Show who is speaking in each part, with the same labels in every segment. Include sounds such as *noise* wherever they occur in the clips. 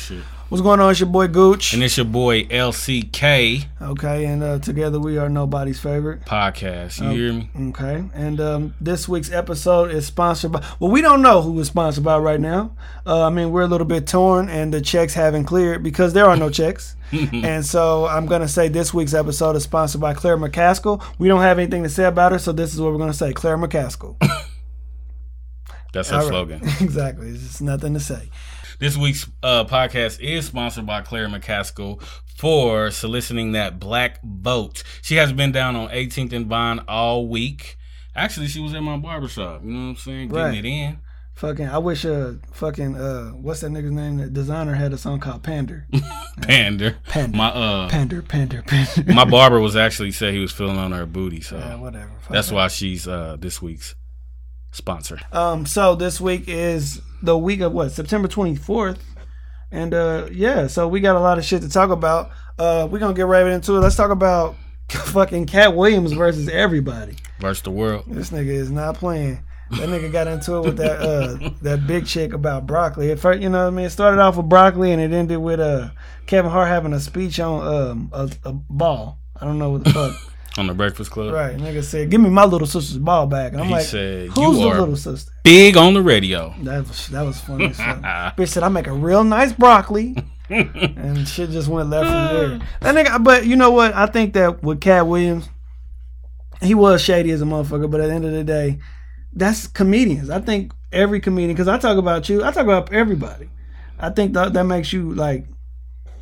Speaker 1: shit.
Speaker 2: What's going on? It's your boy Gooch.
Speaker 1: And it's your boy LCK
Speaker 2: okay, and uh, together we are nobody's favorite.
Speaker 1: podcast. You
Speaker 2: Oh.
Speaker 1: hear me?
Speaker 2: Okay, and um, this week's episode is sponsored by. Well, we don't know who it's sponsored by right now. Uh, I mean, we're a little bit torn, and the checks haven't cleared because there are no
Speaker 1: *laughs*
Speaker 2: checks. and so I'm gonna say this week's episode is sponsored by Claire McCaskill. We don't have anything to say about her, so this is what we're gonna say: Claire
Speaker 1: *laughs*
Speaker 2: McCaskill.
Speaker 1: That's our
Speaker 2: All right.
Speaker 1: slogan.
Speaker 2: *laughs* exactly. It's just nothing to say.
Speaker 1: This week's uh, podcast is sponsored by Claire McCaskill for soliciting that black vote. She has been down on 18th and Vine all week. Actually, she was at my barbershop. You know what I'm saying? Getting
Speaker 2: Right.
Speaker 1: it in.
Speaker 2: Fucking, I wish uh, fucking, uh, what's that nigga's name? That designer had a song called
Speaker 1: *laughs*
Speaker 2: Pander.
Speaker 1: Pander.
Speaker 2: Pander.
Speaker 1: My uh,
Speaker 2: Pander, Pander, Pander. *laughs*
Speaker 1: my barber was actually said he was feeling on her booty, so
Speaker 2: Yeah, whatever. Fuck
Speaker 1: that's
Speaker 2: it.
Speaker 1: why she's uh, this week's sponsor.
Speaker 2: Um, so this week is the week of what September 24th, and uh, yeah, so we got a lot of shit to talk about. Uh, we're gonna get right into it. Let's talk about *laughs* fucking Cat Williams versus everybody.
Speaker 1: Versus the world.
Speaker 2: This nigga is not playing. That nigga got into it with that
Speaker 1: *laughs*
Speaker 2: uh, that big chick about broccoli. At first, you know what I mean. It started off with broccoli, and it ended with uh, Kevin Hart having a speech on um, a, a ball. I don't know what the
Speaker 1: *laughs*
Speaker 2: fuck.
Speaker 1: On the Breakfast Club.
Speaker 2: right, nigga said, "Give me my little sister's ball back." And I'm
Speaker 1: He
Speaker 2: like,
Speaker 1: said,
Speaker 2: "Who's
Speaker 1: "You
Speaker 2: the
Speaker 1: are
Speaker 2: little sister?"
Speaker 1: Big on the radio.
Speaker 2: That was that was funny. as fuck.
Speaker 1: *laughs*
Speaker 2: Bitch said I make a real nice broccoli, and shit just went left from there. That nigga, but you know what? I think that with Cat Williams, he was shady as a motherfucker. But at the end of the day, that's comedians. I think every comedian, because I talk about you, I talk about everybody. I think that that makes you like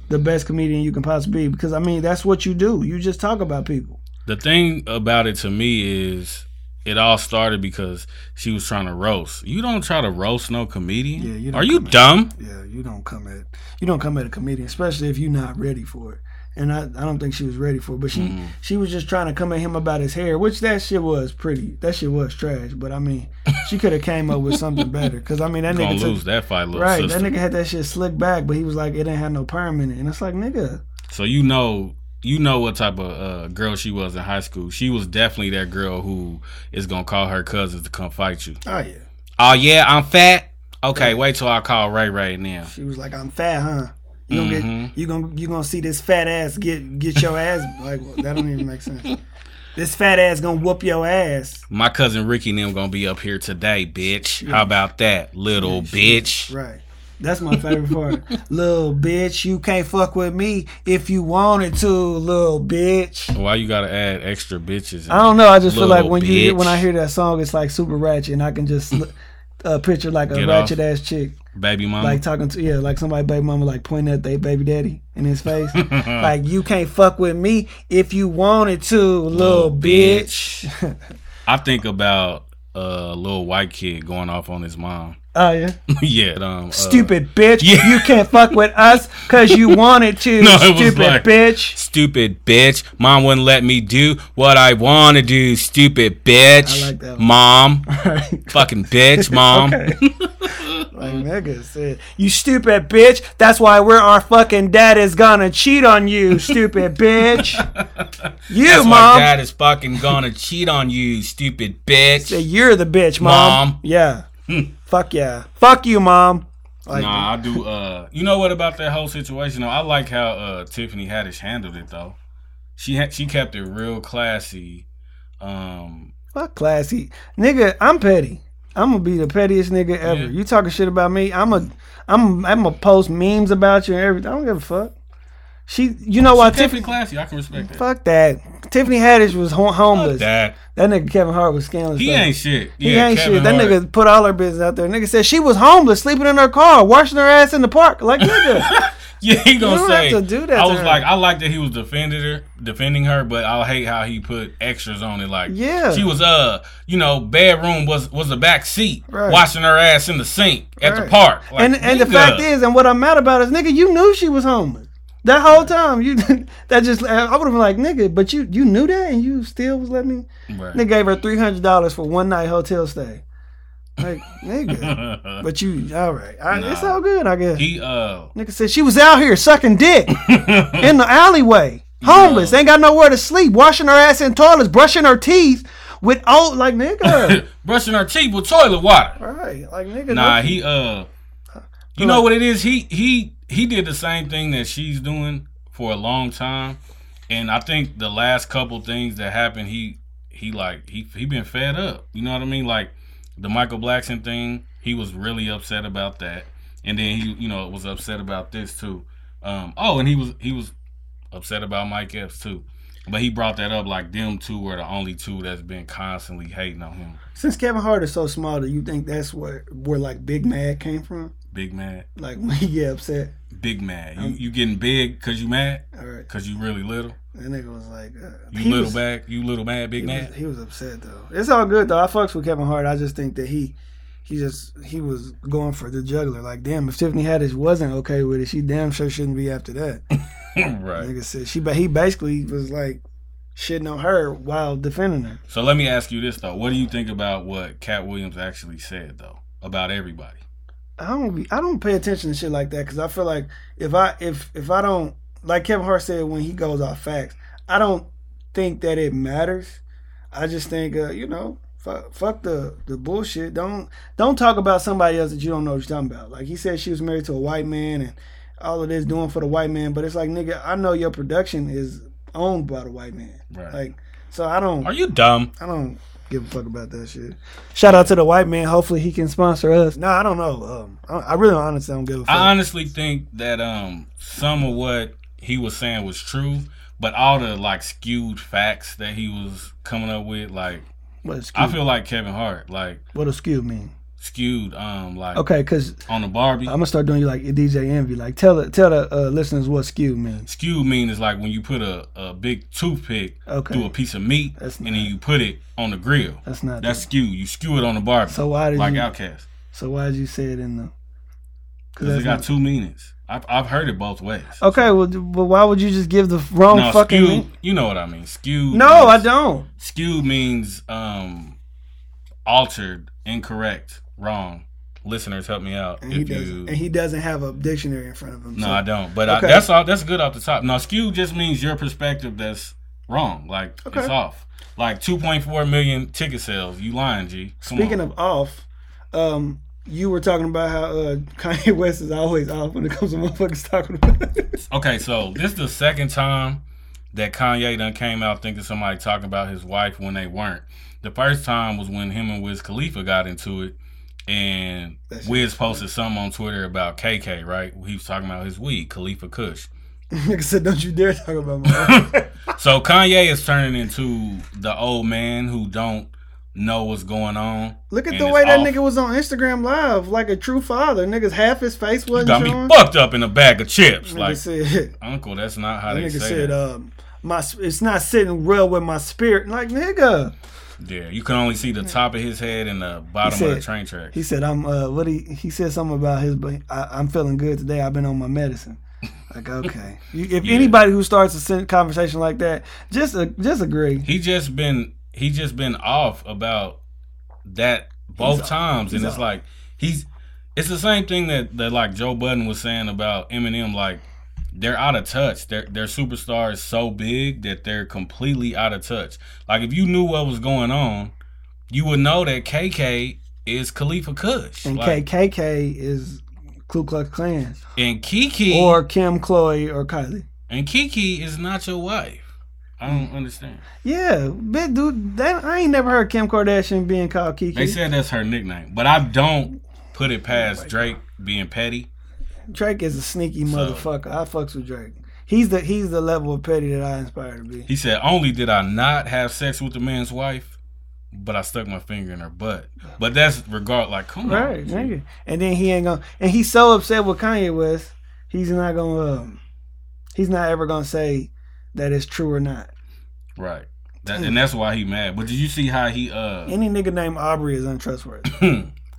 Speaker 2: the best comedian you can possibly be. Because I mean, that's what you do. You just talk about people.
Speaker 1: The thing about it to me is it all started because she was trying to roast. You don't try to roast no comedian.
Speaker 2: Yeah, you don't
Speaker 1: Are you
Speaker 2: come at-
Speaker 1: dumb?
Speaker 2: Yeah, you don't come at you don't come at a comedian, especially if you're not ready for it. And I, I don't think she was ready for it, but she
Speaker 1: Mm-hmm.
Speaker 2: she was just trying to come at him about his hair, which that shit was pretty. That shit was trash, but I mean, she could have came up
Speaker 1: *laughs*
Speaker 2: with something better. Cause I mean that
Speaker 1: Gonna
Speaker 2: nigga took,
Speaker 1: lose that fight, little
Speaker 2: right,
Speaker 1: sister.
Speaker 2: that nigga had that shit slick back, but he was like it didn't have no perm in it, and it's like nigga,
Speaker 1: So you know, you know what type of uh, girl she was in high school. She was definitely that girl who is gonna call her cousins to come fight you.
Speaker 2: oh yeah.
Speaker 1: Oh yeah, I'm fat. Okay, wait till I call Ray Ray now.
Speaker 2: She was like, I'm fat, huh? You gonna
Speaker 1: Mm-hmm.
Speaker 2: get you gonna you gonna see this fat ass get get your ass like that don't even make
Speaker 1: *laughs*
Speaker 2: sense. This fat ass gonna whoop your ass.
Speaker 1: My cousin Ricky and them gonna be up here today, bitch. How about that, little bitch?
Speaker 2: Right. That's my favorite
Speaker 1: *laughs*
Speaker 2: part. Little bitch, you can't fuck with me if you wanted to, little bitch.
Speaker 1: Why you gotta add extra bitches?
Speaker 2: I don't know. I just feel like
Speaker 1: Little
Speaker 2: when you hear- when I
Speaker 1: bitch.
Speaker 2: hear that song, it's like super ratchet, and I can just look- uh, picture like a
Speaker 1: Get off.
Speaker 2: ratchet ass chick,
Speaker 1: baby mama?
Speaker 2: like talking to yeah, like somebody baby mama, like pointing at they baby daddy in his
Speaker 1: *laughs*
Speaker 2: face, like you can't fuck with me if you wanted to, little bitch.
Speaker 1: *laughs* I think about a little white kid going off on his mom. *laughs*
Speaker 2: Oh yeah,
Speaker 1: yeah, um, uh,
Speaker 2: stupid bitch.
Speaker 1: yeah.
Speaker 2: You can't fuck with us cause you wanted to,
Speaker 1: *laughs* No, it was
Speaker 2: stupid
Speaker 1: like-
Speaker 2: bitch.
Speaker 1: *laughs* Stupid bitch. Mom wouldn't let me do what I want to do. Stupid bitch.
Speaker 2: I like that one.
Speaker 1: Mom.
Speaker 2: *laughs* Right.
Speaker 1: Fucking bitch, mom.
Speaker 2: *laughs* Like nigga said, you stupid bitch. That's why we're our fucking dad is gonna cheat on you, stupid
Speaker 1: *laughs*
Speaker 2: bitch. You
Speaker 1: That's
Speaker 2: mom.
Speaker 1: why dad is fucking gonna cheat on you, stupid bitch.
Speaker 2: Say, You're the bitch, mom.
Speaker 1: Mom. Hmm.
Speaker 2: Yeah. Fuck yeah. Fuck you, mom. Like
Speaker 1: Nah, I do. Uh, you know what about that whole situation? Though I like how uh, Tiffany Haddish handled it though. She ha- she kept it real classy. Um,
Speaker 2: fuck classy. Nigga, I'm petty. I'm gonna be the pettiest nigga ever.
Speaker 1: Yeah.
Speaker 2: You talking shit about me? I'm a I'm I'm gonna post memes about you and everything. I don't give a fuck. She you know why
Speaker 1: Tiffany
Speaker 2: Tiffany
Speaker 1: classy. I can respect that.
Speaker 2: Fuck that. Tiffany Haddish was ho- homeless. That.
Speaker 1: That
Speaker 2: nigga Kevin Hart was scandalous.
Speaker 1: he
Speaker 2: though.
Speaker 1: ain't shit.
Speaker 2: He
Speaker 1: Yeah,
Speaker 2: ain't
Speaker 1: Kevin
Speaker 2: shit. That
Speaker 1: Hart.
Speaker 2: nigga put all her business out there. Nigga said she was homeless, sleeping in her car, washing her ass in the park. Like
Speaker 1: *laughs*
Speaker 2: nigga,
Speaker 1: *laughs* Yeah, he gonna
Speaker 2: don't
Speaker 1: say.
Speaker 2: have to do that
Speaker 1: I
Speaker 2: to
Speaker 1: was
Speaker 2: her.
Speaker 1: like, I like that he was defending her, defending her, but I hate how he put extras on it. Like,
Speaker 2: Yeah.
Speaker 1: she was uh, you know, bedroom was was the back seat,
Speaker 2: Right.
Speaker 1: washing her ass in the sink at the
Speaker 2: Right.
Speaker 1: park. Like,
Speaker 2: and and the
Speaker 1: nigga.
Speaker 2: fact is, and what I'm mad about is, nigga, you knew she was homeless that whole time. You *laughs* that just I would have been like, nigga, but you you knew that and you still was letting me.
Speaker 1: Right.
Speaker 2: Nigga gave her three hundred dollars for one night hotel stay. Like
Speaker 1: *laughs*
Speaker 2: nigga, but you all right? I, It's all good, I guess.
Speaker 1: he uh, *laughs*
Speaker 2: Nigga said she was out here sucking dick in the alleyway, homeless, ain't got nowhere to sleep, washing her ass in toilets, brushing her teeth with old like
Speaker 1: *laughs*
Speaker 2: nigga.
Speaker 1: brushing her teeth with toilet water.
Speaker 2: All right, like nigga.
Speaker 1: Nah,
Speaker 2: that's-
Speaker 1: he uh, you know what it is? He he he did the same thing that she's doing for a long time, and I think the last couple things that happened, he he like he he been fed up. You know what I mean? Like the Michael Blackson thing, he was really upset about that, and then he you know was upset about this too. Um, oh, and he was he was upset about Mike Epps too. But he brought that up like them two were the only two that's been constantly hating on him.
Speaker 2: Since Kevin Hart is so small, do you think that's where where like Big Mad came from?
Speaker 1: Big mad,
Speaker 2: Like when he get upset,
Speaker 1: big mad. You
Speaker 2: Um,
Speaker 1: you getting big because you mad
Speaker 2: all right.
Speaker 1: because you really little.
Speaker 2: That nigga was like, uh,
Speaker 1: You
Speaker 2: he
Speaker 1: little
Speaker 2: was-
Speaker 1: bad. You little mad. Big
Speaker 2: he
Speaker 1: mad.
Speaker 2: Was, he was upset though. It's all good though. I fucks with Kevin Hart. I just think that he, he just he was going for the juggler. Like damn, if Tiffany Haddish wasn't okay with it, she damn sure shouldn't be after that.
Speaker 1: *laughs* right.
Speaker 2: Nigga said she, but he basically was like shitting on her while defending her.
Speaker 1: So let me ask you this though: What do you think about what Cat Williams actually said though about everybody?
Speaker 2: I don't be, I don't pay attention to shit like that because I feel like if I if if I don't like Kevin Hart said when he goes off facts, I don't think that it matters. I just think uh, you know fuck, fuck the the bullshit. Don't don't talk about somebody else that you don't know what you're talking about. Like he said, she was married to a white man and all of this doing for the white man, but it's like nigga, I know your production is owned by the white man.
Speaker 1: Right.
Speaker 2: Like so, I don't
Speaker 1: Are you dumb?
Speaker 2: I don't give a fuck about that shit. Shout out to the white man. Hopefully he can sponsor us. No, I don't know. Um, I, I really honestly don't give a fuck.
Speaker 1: I honestly think that um some of what he was saying was true, but all the like skewed facts that he was coming up with, like
Speaker 2: what a skew,
Speaker 1: I feel like Kevin Hart, like
Speaker 2: what a skew mean?
Speaker 1: skewed, um, like
Speaker 2: Okay, cause
Speaker 1: on the Barbie.
Speaker 2: I'm gonna start doing you like DJ Envy. Like tell the tell the uh, listeners what skew means.
Speaker 1: skewed mean is like when you put a, a big toothpick
Speaker 2: Okay.
Speaker 1: through a piece of meat
Speaker 2: That's
Speaker 1: and then you put it on the grill.
Speaker 2: That's not.
Speaker 1: That's skew. You skew it on the Barbie,
Speaker 2: so why did
Speaker 1: like
Speaker 2: you?
Speaker 1: Outcast,
Speaker 2: So why did you say it in the? Cause
Speaker 1: because it
Speaker 2: that's
Speaker 1: got
Speaker 2: not-
Speaker 1: two meanings. I've, I've heard it both ways.
Speaker 2: okay, well, d- well, why would you just give the wrong
Speaker 1: No,
Speaker 2: fucking?
Speaker 1: skewed.
Speaker 2: mean-
Speaker 1: You know what I mean. Skewed.
Speaker 2: No, I
Speaker 1: means-
Speaker 2: don't.
Speaker 1: Skewed means um altered, incorrect, wrong. Listeners, help me out.
Speaker 2: And he
Speaker 1: if
Speaker 2: doesn't.
Speaker 1: you
Speaker 2: And he doesn't have a dictionary in front of him.
Speaker 1: no,
Speaker 2: so-
Speaker 1: I don't. But
Speaker 2: Okay.
Speaker 1: I, that's all. That's good off the top. Now, skew just means your perspective that's wrong. Like
Speaker 2: Okay.
Speaker 1: it's off. Like 2.4 million ticket sales. You lying, G. Come
Speaker 2: Speaking
Speaker 1: on.
Speaker 2: of off, um, you were talking about how uh, Kanye West is always off when it comes to motherfuckers talking about *laughs* it.
Speaker 1: okay, so this is the second time that Kanye done came out thinking somebody talking about his wife when they weren't. The first time was when him and Wiz Khalifa got into it, and
Speaker 2: That's-
Speaker 1: Wiz posted something on Twitter about KK. Right, he was talking about his weed, Khalifa Kush. *laughs*
Speaker 2: Nigga said, "Don't you dare talk about my." wife."
Speaker 1: So Kanye is turning into the old man who don't know what's going on.
Speaker 2: Look at
Speaker 1: and
Speaker 2: the
Speaker 1: it's
Speaker 2: way that
Speaker 1: off.
Speaker 2: nigga was on Instagram Live, like a true father. Niggas half his face
Speaker 1: You
Speaker 2: wasn't
Speaker 1: got
Speaker 2: showing.
Speaker 1: me fucked up in a bag of chips.
Speaker 2: Nigga
Speaker 1: Like,
Speaker 2: said, *laughs*
Speaker 1: Uncle, that's not how they
Speaker 2: nigga
Speaker 1: say
Speaker 2: said,
Speaker 1: that.
Speaker 2: um, my sp- it's not sitting well with my spirit. Like nigga,
Speaker 1: yeah, you can only see the top of his head and the bottom of
Speaker 2: said-
Speaker 1: the train track.
Speaker 2: he said, I'm uh, what he he said something about his. But I, I'm feeling good today. I've been on my medicine. Like okay, you, if
Speaker 1: Yeah.
Speaker 2: anybody who starts a sen- conversation like that, just uh, just agree.
Speaker 1: He just been he just been off about that both
Speaker 2: off.
Speaker 1: times, and
Speaker 2: He's
Speaker 1: it's
Speaker 2: off.
Speaker 1: like he's it's the same thing that that like Joe Budden was saying about Eminem. Like they're out of touch. Their their superstar is so big that they're completely out of touch. Like if you knew what was going on, you would know that KK is Khalifa Kush
Speaker 2: And
Speaker 1: like,
Speaker 2: KKK is Ku Klux Klan
Speaker 1: and Kiki
Speaker 2: or Kim, Chloe, or Kylie.
Speaker 1: and Kiki is not your wife. I don't understand.
Speaker 2: Yeah, big dude. That I ain't never heard Kim Kardashian being called Kiki.
Speaker 1: They said that's her nickname, but I don't put it past Drake being petty.
Speaker 2: Drake is a sneaky
Speaker 1: So-
Speaker 2: motherfucker. I fucks with Drake. He's the he's the level of petty that I aspire to be.
Speaker 1: He said, "Only did I not have sex with the man's wife, but I stuck my finger in her butt." But that's regard like, come
Speaker 2: Right,
Speaker 1: on,
Speaker 2: nigga. And then he ain't gonna. And he's so upset with Kanye West. He's not gonna. Um, he's not ever gonna say that it's true or not.
Speaker 1: right. That, and that's why he mad. But did you see how he uh *laughs*
Speaker 2: Any nigga named Aubrey is untrustworthy.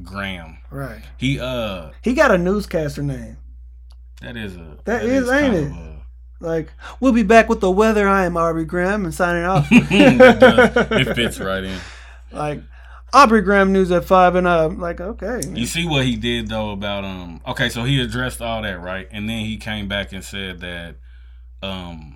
Speaker 1: Graham?
Speaker 2: right.
Speaker 1: He uh
Speaker 2: He got a newscaster name.
Speaker 1: that is a
Speaker 2: That is, ain't
Speaker 1: kind
Speaker 2: it?
Speaker 1: of a- *laughs*
Speaker 2: Like, we'll be back with the weather. I am Aubrey Graham and signing
Speaker 1: *laughs*
Speaker 2: off.
Speaker 1: it, does. It fits right in.
Speaker 2: Like, Aubrey Graham news at five, and I'm like, okay.
Speaker 1: You see what he did though about um okay, so he addressed all that, right? And then he came back and said that um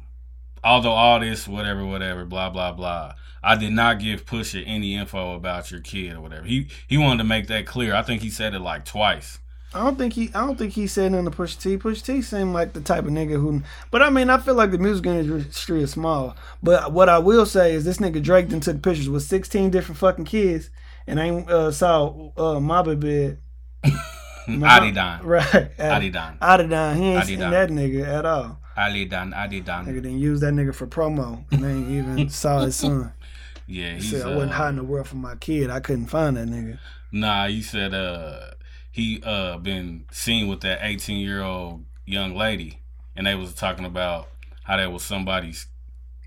Speaker 1: although all this whatever whatever blah blah blah, I did not give Pusha any info about your kid or whatever. He he wanted to make that clear. I think he said it like twice.
Speaker 2: I don't think he. I don't think he said nothing to Push T. Push T seemed like the type of nigga who. But I mean, I feel like the music industry is small. But what I will say is, this nigga Drake then took pictures with sixteen different fucking kids, and I ain't, uh, saw uh, Mama Bed. *laughs*
Speaker 1: *laughs* Adidon.
Speaker 2: Right.
Speaker 1: Adidon.
Speaker 2: Adidon. He ain't seen
Speaker 1: Adidon.
Speaker 2: that nigga at all.
Speaker 1: Adidon. Adidon.
Speaker 2: Nigga didn't use that nigga for promo. And they ain't even saw his son.
Speaker 1: Yeah,
Speaker 2: He
Speaker 1: he's,
Speaker 2: said, I
Speaker 1: uh,
Speaker 2: wasn't hiding the world from my kid. I couldn't find that nigga.
Speaker 1: Nah, you said uh he uh been seen with that eighteen year old young lady and they was talking about how that was somebody's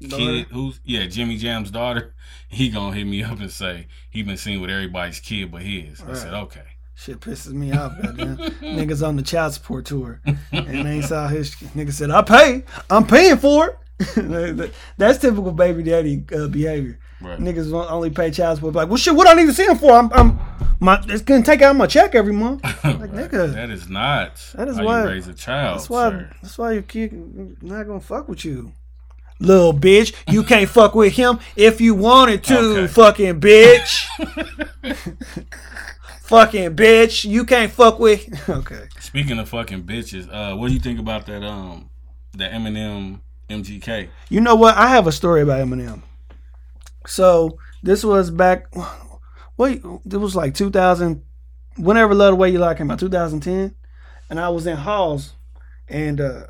Speaker 2: Daughter?
Speaker 1: kid who's yeah, Jimmy Jam's daughter. *laughs* He gonna hit me up and say he been seen with everybody's kid but his. I said,
Speaker 2: Right.
Speaker 1: Okay.
Speaker 2: Shit pisses me off, *laughs* goddamn. Niggas on the child support tour. And they saw his nigga said, I pay. I'm paying for it. *laughs* That's typical baby daddy uh, behavior.
Speaker 1: Right. *laughs*
Speaker 2: Niggas won't only pay child support. Like, well, shit, what I need to see him for? I'm, I'm, my, it's gonna take out my check every month. Like, nigga.
Speaker 1: That is not
Speaker 2: That is
Speaker 1: how
Speaker 2: why-
Speaker 1: you raise a child.
Speaker 2: That's why.
Speaker 1: Oh, sir.
Speaker 2: That's why your kid not gonna fuck with you, little bitch. You
Speaker 1: *laughs*
Speaker 2: can't fuck with him if you wanted to,
Speaker 1: Okay.
Speaker 2: fucking
Speaker 1: *laughs*
Speaker 2: bitch. fucking bitch, you can't fuck with. *laughs* Okay,
Speaker 1: Speaking of fucking bitches, uh what do you think about that um that Eminem MGK?
Speaker 2: you know what? I have a story about Eminem. So this was back. Wait, it was like 2000. Whenever Love the Way You Lie came out, 2010, and I was in halls, and uh,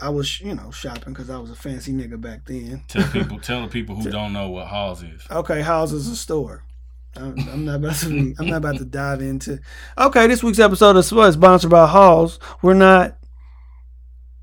Speaker 2: I was you know shopping because I was a fancy nigga back then. *laughs*
Speaker 1: Tell people tell the people who don't know what Halls is.
Speaker 2: Okay, house is a store. I'm I'm not about to. Be, I'm not about to dive into. Okay, this week's episode of Spud is sponsored by Halls. We're not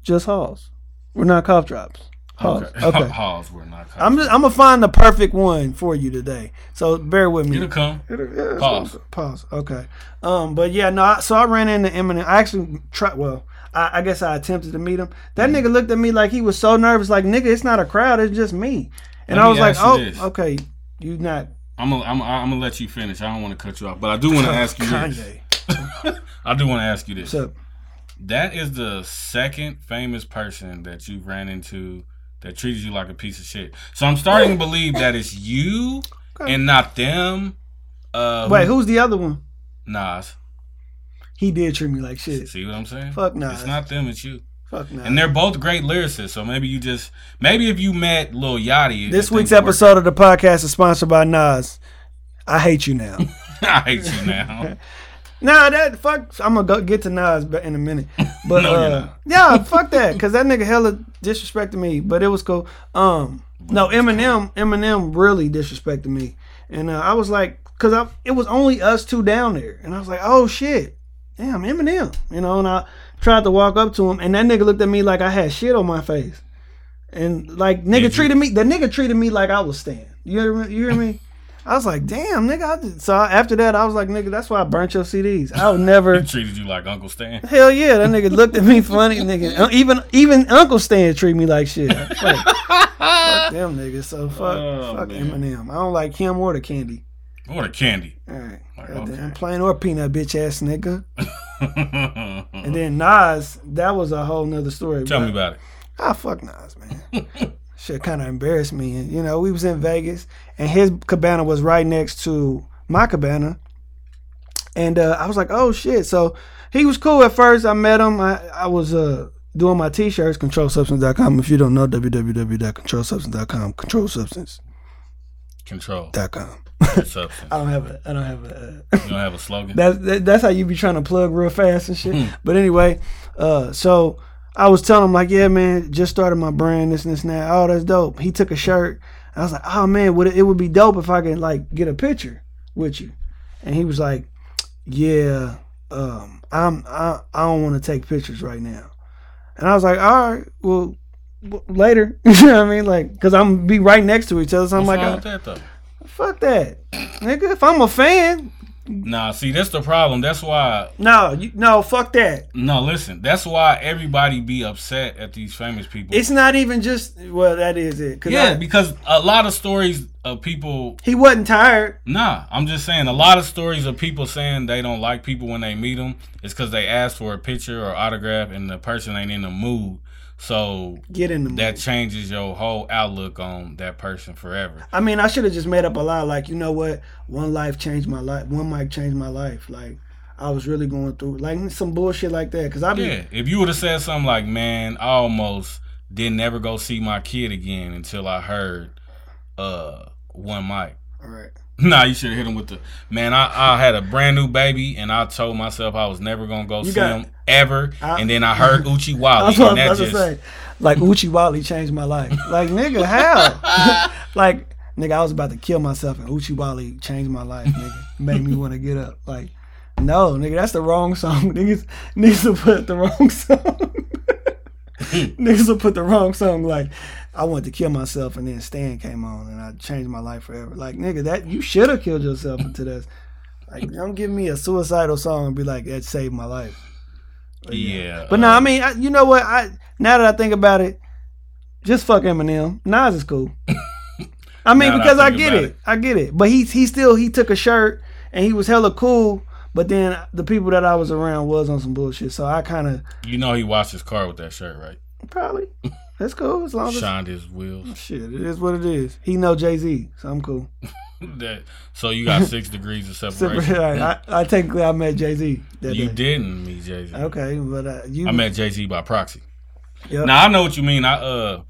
Speaker 2: just Halls. We're not cough drops. Halls. Okay.
Speaker 1: *laughs* Halls were not cops.
Speaker 2: I'm just, I'm gonna find the perfect one for you today. So bear with me.
Speaker 1: It'll come.
Speaker 2: It'll- yeah,
Speaker 1: Pause.
Speaker 2: Pause. Okay. Um, but yeah, no. I, so I ran into Eminem. I actually tried. Well, I, I guess I attempted to meet him. That
Speaker 1: Mm-hmm.
Speaker 2: nigga looked at me like he was so nervous. Like nigga, it's not a crowd. It's just me. And I
Speaker 1: Let me
Speaker 2: was like,
Speaker 1: ask you
Speaker 2: oh,
Speaker 1: this.
Speaker 2: okay. You not
Speaker 1: I'm gonna I'm, I'm gonna let you finish. I don't want to cut you off, but I do
Speaker 2: *laughs*
Speaker 1: want to ask you
Speaker 2: Kanye.
Speaker 1: this. *laughs* I do want to ask you this.
Speaker 2: What's up?
Speaker 1: That is the second famous person that you ran into that treated you like a piece of shit. So I'm starting to believe that it's you
Speaker 2: Okay.
Speaker 1: and not them. Uh,
Speaker 2: Wait, who's the other one?
Speaker 1: Nas?
Speaker 2: He did treat me like shit.
Speaker 1: See what I'm saying?
Speaker 2: Fuck Nas.
Speaker 1: It's not them. It's you.
Speaker 2: Fuck no.
Speaker 1: And they're both great lyricists. So maybe you just maybe if you met Lil Yachty.
Speaker 2: This
Speaker 1: if
Speaker 2: week's
Speaker 1: things worked-
Speaker 2: episode of the podcast is sponsored by Nas. I hate you now.
Speaker 1: *laughs* I hate
Speaker 2: *laughs*
Speaker 1: you now.
Speaker 2: nah, that fuck. I'm gonna go get to Nas ba- in a
Speaker 1: *laughs*
Speaker 2: minute. But
Speaker 1: No, you're
Speaker 2: uh,
Speaker 1: not.
Speaker 2: yeah, fuck that, cause that nigga hella disrespected me. But it was cool. Um, no, Eminem, Eminem really disrespected me, and uh, I was like, cause I it was only us two down there, and I was like, oh shit, damn Eminem, you know. And I tried to walk up to him, and that nigga looked at me like I had shit on my face, and like nigga
Speaker 1: you-
Speaker 2: treated me. The nigga treated me like I was Stan. You hear me? You hear me? I was like, damn, nigga. I did. So I- after that, I was like, nigga, that's why I burnt your CDs. I would
Speaker 1: They
Speaker 2: never.
Speaker 1: treated *laughs* you like Uncle Stan.
Speaker 2: Hell yeah, that nigga looked at me funny, nigga. Uh, Even even Uncle Stan treat me like shit. Like, fuck them niggas.
Speaker 1: *laughs*
Speaker 2: So fuck,
Speaker 1: Oh,
Speaker 2: fuck
Speaker 1: man.
Speaker 2: Eminem. I don't like him or the candy.
Speaker 1: *laughs* What a candy.
Speaker 2: All right,
Speaker 1: Like,
Speaker 2: goddamn,
Speaker 1: okay.
Speaker 2: plain or peanut bitch ass nigga. And then Nas, that was a whole nother story.
Speaker 1: Uh-huh. *laughs* Tell
Speaker 2: bro.
Speaker 1: me about it.
Speaker 2: Ah, fuck Nas, man. Shit kind of embarrassed me. And, you know, we was in Vegas, and his cabana was right next to my cabana. And uh, I was like, oh, shit. So he was cool at first. I met him. I, I was uh, doing my T-shirts, controlsubstance.com. If you don't know, www.controlsubstance.com, controlsubstance.com.
Speaker 1: Control.
Speaker 2: *laughs*
Speaker 1: your substance.
Speaker 2: I don't have a, I don't have a, uh,
Speaker 1: You don't have a slogan.
Speaker 2: That's that, that's how you be trying to plug real fast and shit.
Speaker 1: Hmm.
Speaker 2: but anyway, uh, so I was telling him like, yeah, man, just started my brand, this and this and that. Oh, that's dope. He took a shirt. I was like, oh man, would it, it would be dope if I could like get a picture with you. And he was like, yeah, um, I'm I I don't want to take pictures right now. And I was like, all right, well. w- Later, *laughs* you know what I mean, like, cause I'm be right next to each other. So I'm
Speaker 1: What's
Speaker 2: like,
Speaker 1: wrong
Speaker 2: uh
Speaker 1: with that though?
Speaker 2: fuck that, nigga. If I'm a fan,
Speaker 1: Nah, see, that's the problem. That's why.
Speaker 2: no, you, no, fuck that.
Speaker 1: No, listen. That's why everybody be upset at these famous people.
Speaker 2: It's not even just well, that is it. 'Cause
Speaker 1: yeah,
Speaker 2: I-
Speaker 1: because a lot of stories of people.
Speaker 2: he wasn't tired.
Speaker 1: Nah, I'm just saying. A lot of stories of people saying they don't like people when they meet them is because they asked for a picture or autograph and the person ain't in the mood. So
Speaker 2: Get in the mood.
Speaker 1: that changes your whole outlook on that person forever.
Speaker 2: I mean, I should have just made up a lie. Like you know what? One life changed my life. One mic changed my life. Like I was really going through, like some bullshit like that. Cause I be
Speaker 1: Yeah, if you would have said something like, "Man, I almost didn't ever go see my kid again until I heard uh one mic."
Speaker 2: all right.
Speaker 1: *laughs* Nah, you should have hit him with the man. I, I had a brand new baby, and I told myself I was never gonna go
Speaker 2: You
Speaker 1: see
Speaker 2: got-
Speaker 1: him ever.
Speaker 2: I-
Speaker 1: and then I heard Uchi
Speaker 2: *laughs*
Speaker 1: Wally,
Speaker 2: That's what
Speaker 1: and
Speaker 2: I
Speaker 1: that
Speaker 2: was about
Speaker 1: just
Speaker 2: to say. Like Uchi Wally changed my life. Like nigga, how? *laughs* like nigga, I was about to kill myself, and Uchi Wally changed my life. Nigga, made me want to get up. Like no, nigga, that's the wrong song. *laughs* Niggas, niggas will put the wrong song. *laughs* niggas will put the wrong song. Like I wanted to kill myself, and then Stan came on, and I changed my life forever. Like nigga, that you should have killed yourself into this. Like don't give me a suicidal song and be like that saved my life.
Speaker 1: yeah. uh,
Speaker 2: But no, I mean, I, you know what? I now that I think about it, just fuck Eminem. Nas is cool. I mean,
Speaker 1: Now that
Speaker 2: because
Speaker 1: I
Speaker 2: I,
Speaker 1: think
Speaker 2: get
Speaker 1: about
Speaker 2: it.
Speaker 1: it.
Speaker 2: I get it. But he he still he took a shirt and he was hella cool. But then the people that I was around was on some bullshit, so I kind of
Speaker 1: you know he washed his car with that shirt, right?
Speaker 2: probably that's cool as long as
Speaker 1: Shined his wheels. *laughs*
Speaker 2: shit it is what it is. He know Jay Z, so I'm cool.
Speaker 1: that, so you
Speaker 2: *laughs*
Speaker 1: got six degrees of
Speaker 2: All
Speaker 1: separation.
Speaker 2: right, I, I technically I met Jay Z that
Speaker 1: You
Speaker 2: day.
Speaker 1: didn't meet Jay Z.
Speaker 2: Okay, but uh, you
Speaker 1: I met Jay Z by proxy.
Speaker 2: Yep.
Speaker 1: Now I know what you mean. I uh,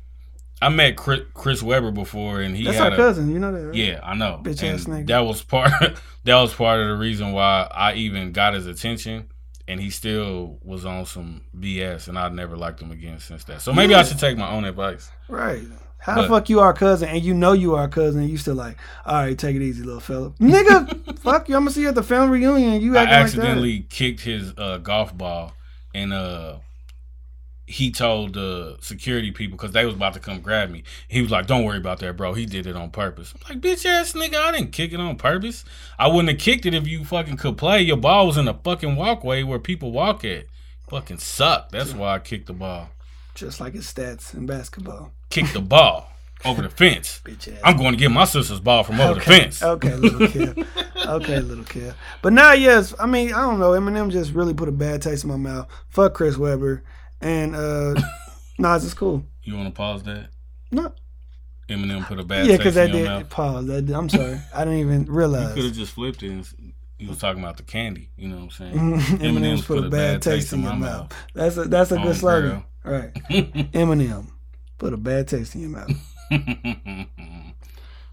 Speaker 1: I met Chris, Chris Webber before, and he
Speaker 2: that's
Speaker 1: had
Speaker 2: our
Speaker 1: a,
Speaker 2: cousin. You know that? Right?
Speaker 1: Yeah, I know.
Speaker 2: Bitch
Speaker 1: and
Speaker 2: ass nigga.
Speaker 1: That was part. *laughs* that was part of the reason why I even got his attention, and he still was on some BS, and I never liked him again since that. So maybe I
Speaker 2: Yeah.
Speaker 1: should take my own advice.
Speaker 2: Right. How the
Speaker 1: But-
Speaker 2: fuck you are cousin and you know you are cousin and you still like, all right, take it easy, little fella.
Speaker 1: *laughs*
Speaker 2: Nigga, fuck you. I'm gonna see you at the family reunion. You
Speaker 1: I
Speaker 2: acting
Speaker 1: accidentally kicked his uh, golf ball, and uh, he told the security people because they was about to come grab me. He was like, "Don't worry about that, bro. He did it on purpose." I'm like, "Bitch ass nigga, I didn't kick it on purpose. I wouldn't have kicked it if you fucking could play. Your ball was in a fucking walkway where people walk at. Fucking suck. That's why I kicked the ball.
Speaker 2: like that. Just like his stats in basketball.
Speaker 1: Kicked the ball over the fence.
Speaker 2: Bitch ass.
Speaker 1: I'm *laughs* going to get my sister's ball from over the fence.
Speaker 2: Okay, little
Speaker 1: *laughs*
Speaker 2: kid. okay, little kid. But now, yes, I mean, I don't know. Eminem just really put a bad taste in my mouth. Fuck Chris Webber. And
Speaker 1: *laughs*
Speaker 2: uh Nas is cool.
Speaker 1: You want to pause that?
Speaker 2: No.
Speaker 1: Eminem put a bad
Speaker 2: Yeah, because
Speaker 1: taste
Speaker 2: that
Speaker 1: in your mouth.
Speaker 2: did pause. That did, I'm sorry. I didn't even
Speaker 1: You could
Speaker 2: *laughs*
Speaker 1: have
Speaker 2: realize.
Speaker 1: just flipped it. And s- you was talking about the candy. You know what I'm saying?
Speaker 2: Mm-hmm. Eminem's put, a bad taste in your mouth. That's a that's a
Speaker 1: Oh,
Speaker 2: good slogan.
Speaker 1: girl.
Speaker 2: Right. Eminem, put a bad taste in your
Speaker 1: *laughs*
Speaker 2: mouth.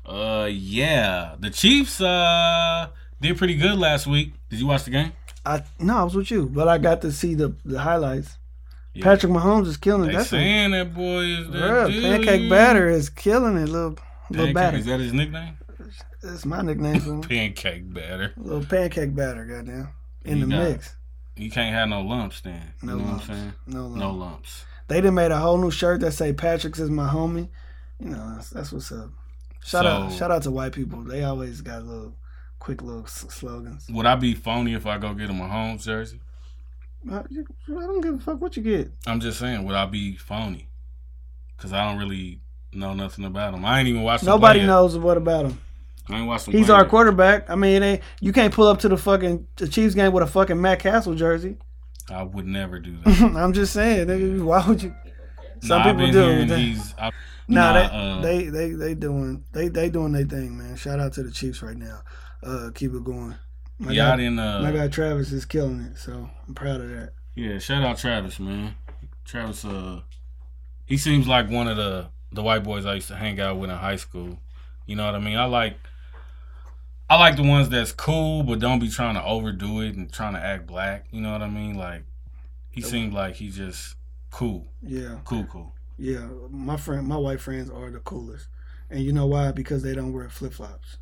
Speaker 1: uh, yeah. The Chiefs uh did pretty good last week. Did you watch the game?
Speaker 2: I no, I was with you, but I got to see the, the highlights.
Speaker 1: Yeah.
Speaker 2: Patrick Mahomes is killing it.
Speaker 1: They
Speaker 2: That's a,
Speaker 1: saying that boy is that
Speaker 2: Bruh,
Speaker 1: dude.
Speaker 2: pancake batter is killing it. Little little
Speaker 1: Pancake-
Speaker 2: batter.
Speaker 1: Is that his nickname?
Speaker 2: That's my nickname
Speaker 1: *laughs*
Speaker 2: for him.
Speaker 1: Pancake batter.
Speaker 2: little pancake batter. Goddamn, in
Speaker 1: You
Speaker 2: the
Speaker 1: got
Speaker 2: mix.
Speaker 1: You can't have no lumps then.
Speaker 2: No
Speaker 1: you know
Speaker 2: lumps.
Speaker 1: what I'm saying?
Speaker 2: No, love.
Speaker 1: No lumps.
Speaker 2: They done made a whole new shirt that say Patrick's is my homie. You know, that's, that's what's up. Shout out,
Speaker 1: So-
Speaker 2: shout out to white people. They always got little quick little s- slogans.
Speaker 1: Would I be phony if I go get him a Mahomes jersey?
Speaker 2: I I don't give a fuck what you get.
Speaker 1: I'm just saying, would I be phony? Because I don't really know nothing about him. I ain't even watched. him
Speaker 2: Nobody
Speaker 1: play yet.
Speaker 2: knows what about him.
Speaker 1: I ain't watched him
Speaker 2: He's
Speaker 1: play
Speaker 2: our
Speaker 1: yet.
Speaker 2: quarterback. I mean, it ain't, you can't pull up to the fucking the Chiefs game with a fucking Matt Castle jersey. *laughs*
Speaker 1: I would never do that.
Speaker 2: I'm just saying, nigga, why would you? *laughs* Some
Speaker 1: Nah, I've
Speaker 2: people
Speaker 1: been
Speaker 2: do.
Speaker 1: hearing
Speaker 2: They,
Speaker 1: these- I-
Speaker 2: nah, they,
Speaker 1: uh,
Speaker 2: they they they doing they they doing their thing, man. Shout out to the Chiefs right now. Uh, keep it going. My
Speaker 1: yeah, I
Speaker 2: guy,
Speaker 1: didn't. Uh,
Speaker 2: my guy Travis is killing it, so I'm proud of that.
Speaker 1: Yeah, shout out Travis, man. Travis, uh, he seems like one of the the white boys I used to hang out with in high school. You know what I mean? I like, I like the ones that's cool, but don't be trying to overdo it and trying to act black. You know what I mean? Like, he seemed like he just cool,
Speaker 2: Yeah,
Speaker 1: cool, cool.
Speaker 2: yeah. My friend, my white friends are the coolest, and you know why? Because they don't wear flip
Speaker 1: *laughs*
Speaker 2: flops.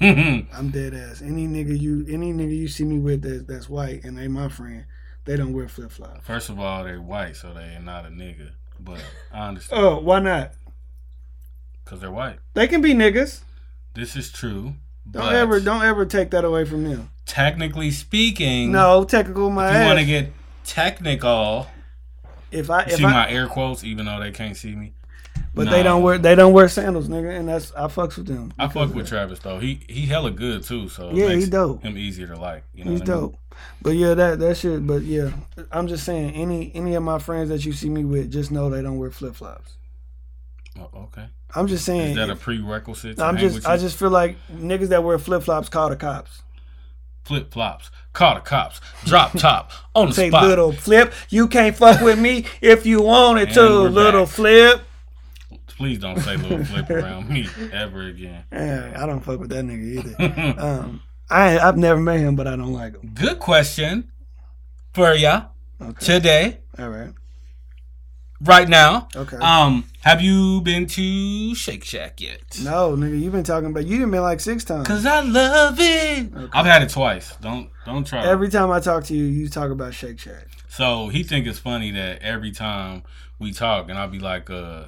Speaker 2: I'm dead ass. Any nigga you any nigga you see me with that, that's white and they my friend, they don't wear flip flops.
Speaker 1: *laughs* First of all, they white, so they ain't not a nigga. But I understand
Speaker 2: Oh, why not?
Speaker 1: because they're white.
Speaker 2: They can be niggas.
Speaker 1: This is true.
Speaker 2: Don't
Speaker 1: but
Speaker 2: ever don't ever take that away from them.
Speaker 1: Technically speaking,
Speaker 2: No, technical my
Speaker 1: Mm. If you want to
Speaker 2: ass.
Speaker 1: get technical,
Speaker 2: if I
Speaker 1: you
Speaker 2: if
Speaker 1: see
Speaker 2: I
Speaker 1: my air quotes, even though they can't see me.
Speaker 2: but they
Speaker 1: Nah.
Speaker 2: don't wear they don't wear sandals, nigga, and that's I fucks with them.
Speaker 1: I
Speaker 2: because
Speaker 1: fuck with
Speaker 2: of
Speaker 1: Travis though. He he hella good too, so it
Speaker 2: Yeah,
Speaker 1: makes
Speaker 2: he dope.
Speaker 1: him easier to like. You know
Speaker 2: He's
Speaker 1: what I mean?
Speaker 2: dope. But yeah, that that shit, but yeah. I'm just saying any any of my friends that you see me with, just know they don't wear flip flops.
Speaker 1: Oh, okay,
Speaker 2: I'm just saying
Speaker 1: is that a prerequisite? To
Speaker 2: I'm
Speaker 1: hang
Speaker 2: just
Speaker 1: with
Speaker 2: I
Speaker 1: you?
Speaker 2: just feel like niggas that wear flip flops call the cops.
Speaker 1: flip flops, call the cops, drop top on the
Speaker 2: Say
Speaker 1: spot.
Speaker 2: little flip. You can't fuck with me if you wanted
Speaker 1: And
Speaker 2: to,
Speaker 1: we're
Speaker 2: little
Speaker 1: back.
Speaker 2: flip.
Speaker 1: Please don't say
Speaker 2: *laughs*
Speaker 1: little flip around me ever again.
Speaker 2: Yeah, Eh, I don't fuck with that
Speaker 1: *laughs*
Speaker 2: nigga either. um, I I've never met him, but I don't like him.
Speaker 1: Good question for ya
Speaker 2: Okay.
Speaker 1: today,
Speaker 2: All right.
Speaker 1: right now.
Speaker 2: Okay.
Speaker 1: Um, have you been to Shake Shack yet?
Speaker 2: no, nigga, you've been talking about you didn't been like six times.
Speaker 1: Cause I love it.
Speaker 2: Okay.
Speaker 1: I've had it twice. Don't don't try.
Speaker 2: Every time I talk to you, you talk about Shake Shack.
Speaker 1: so he think it's funny that every time we talk, and I'll be like, uh,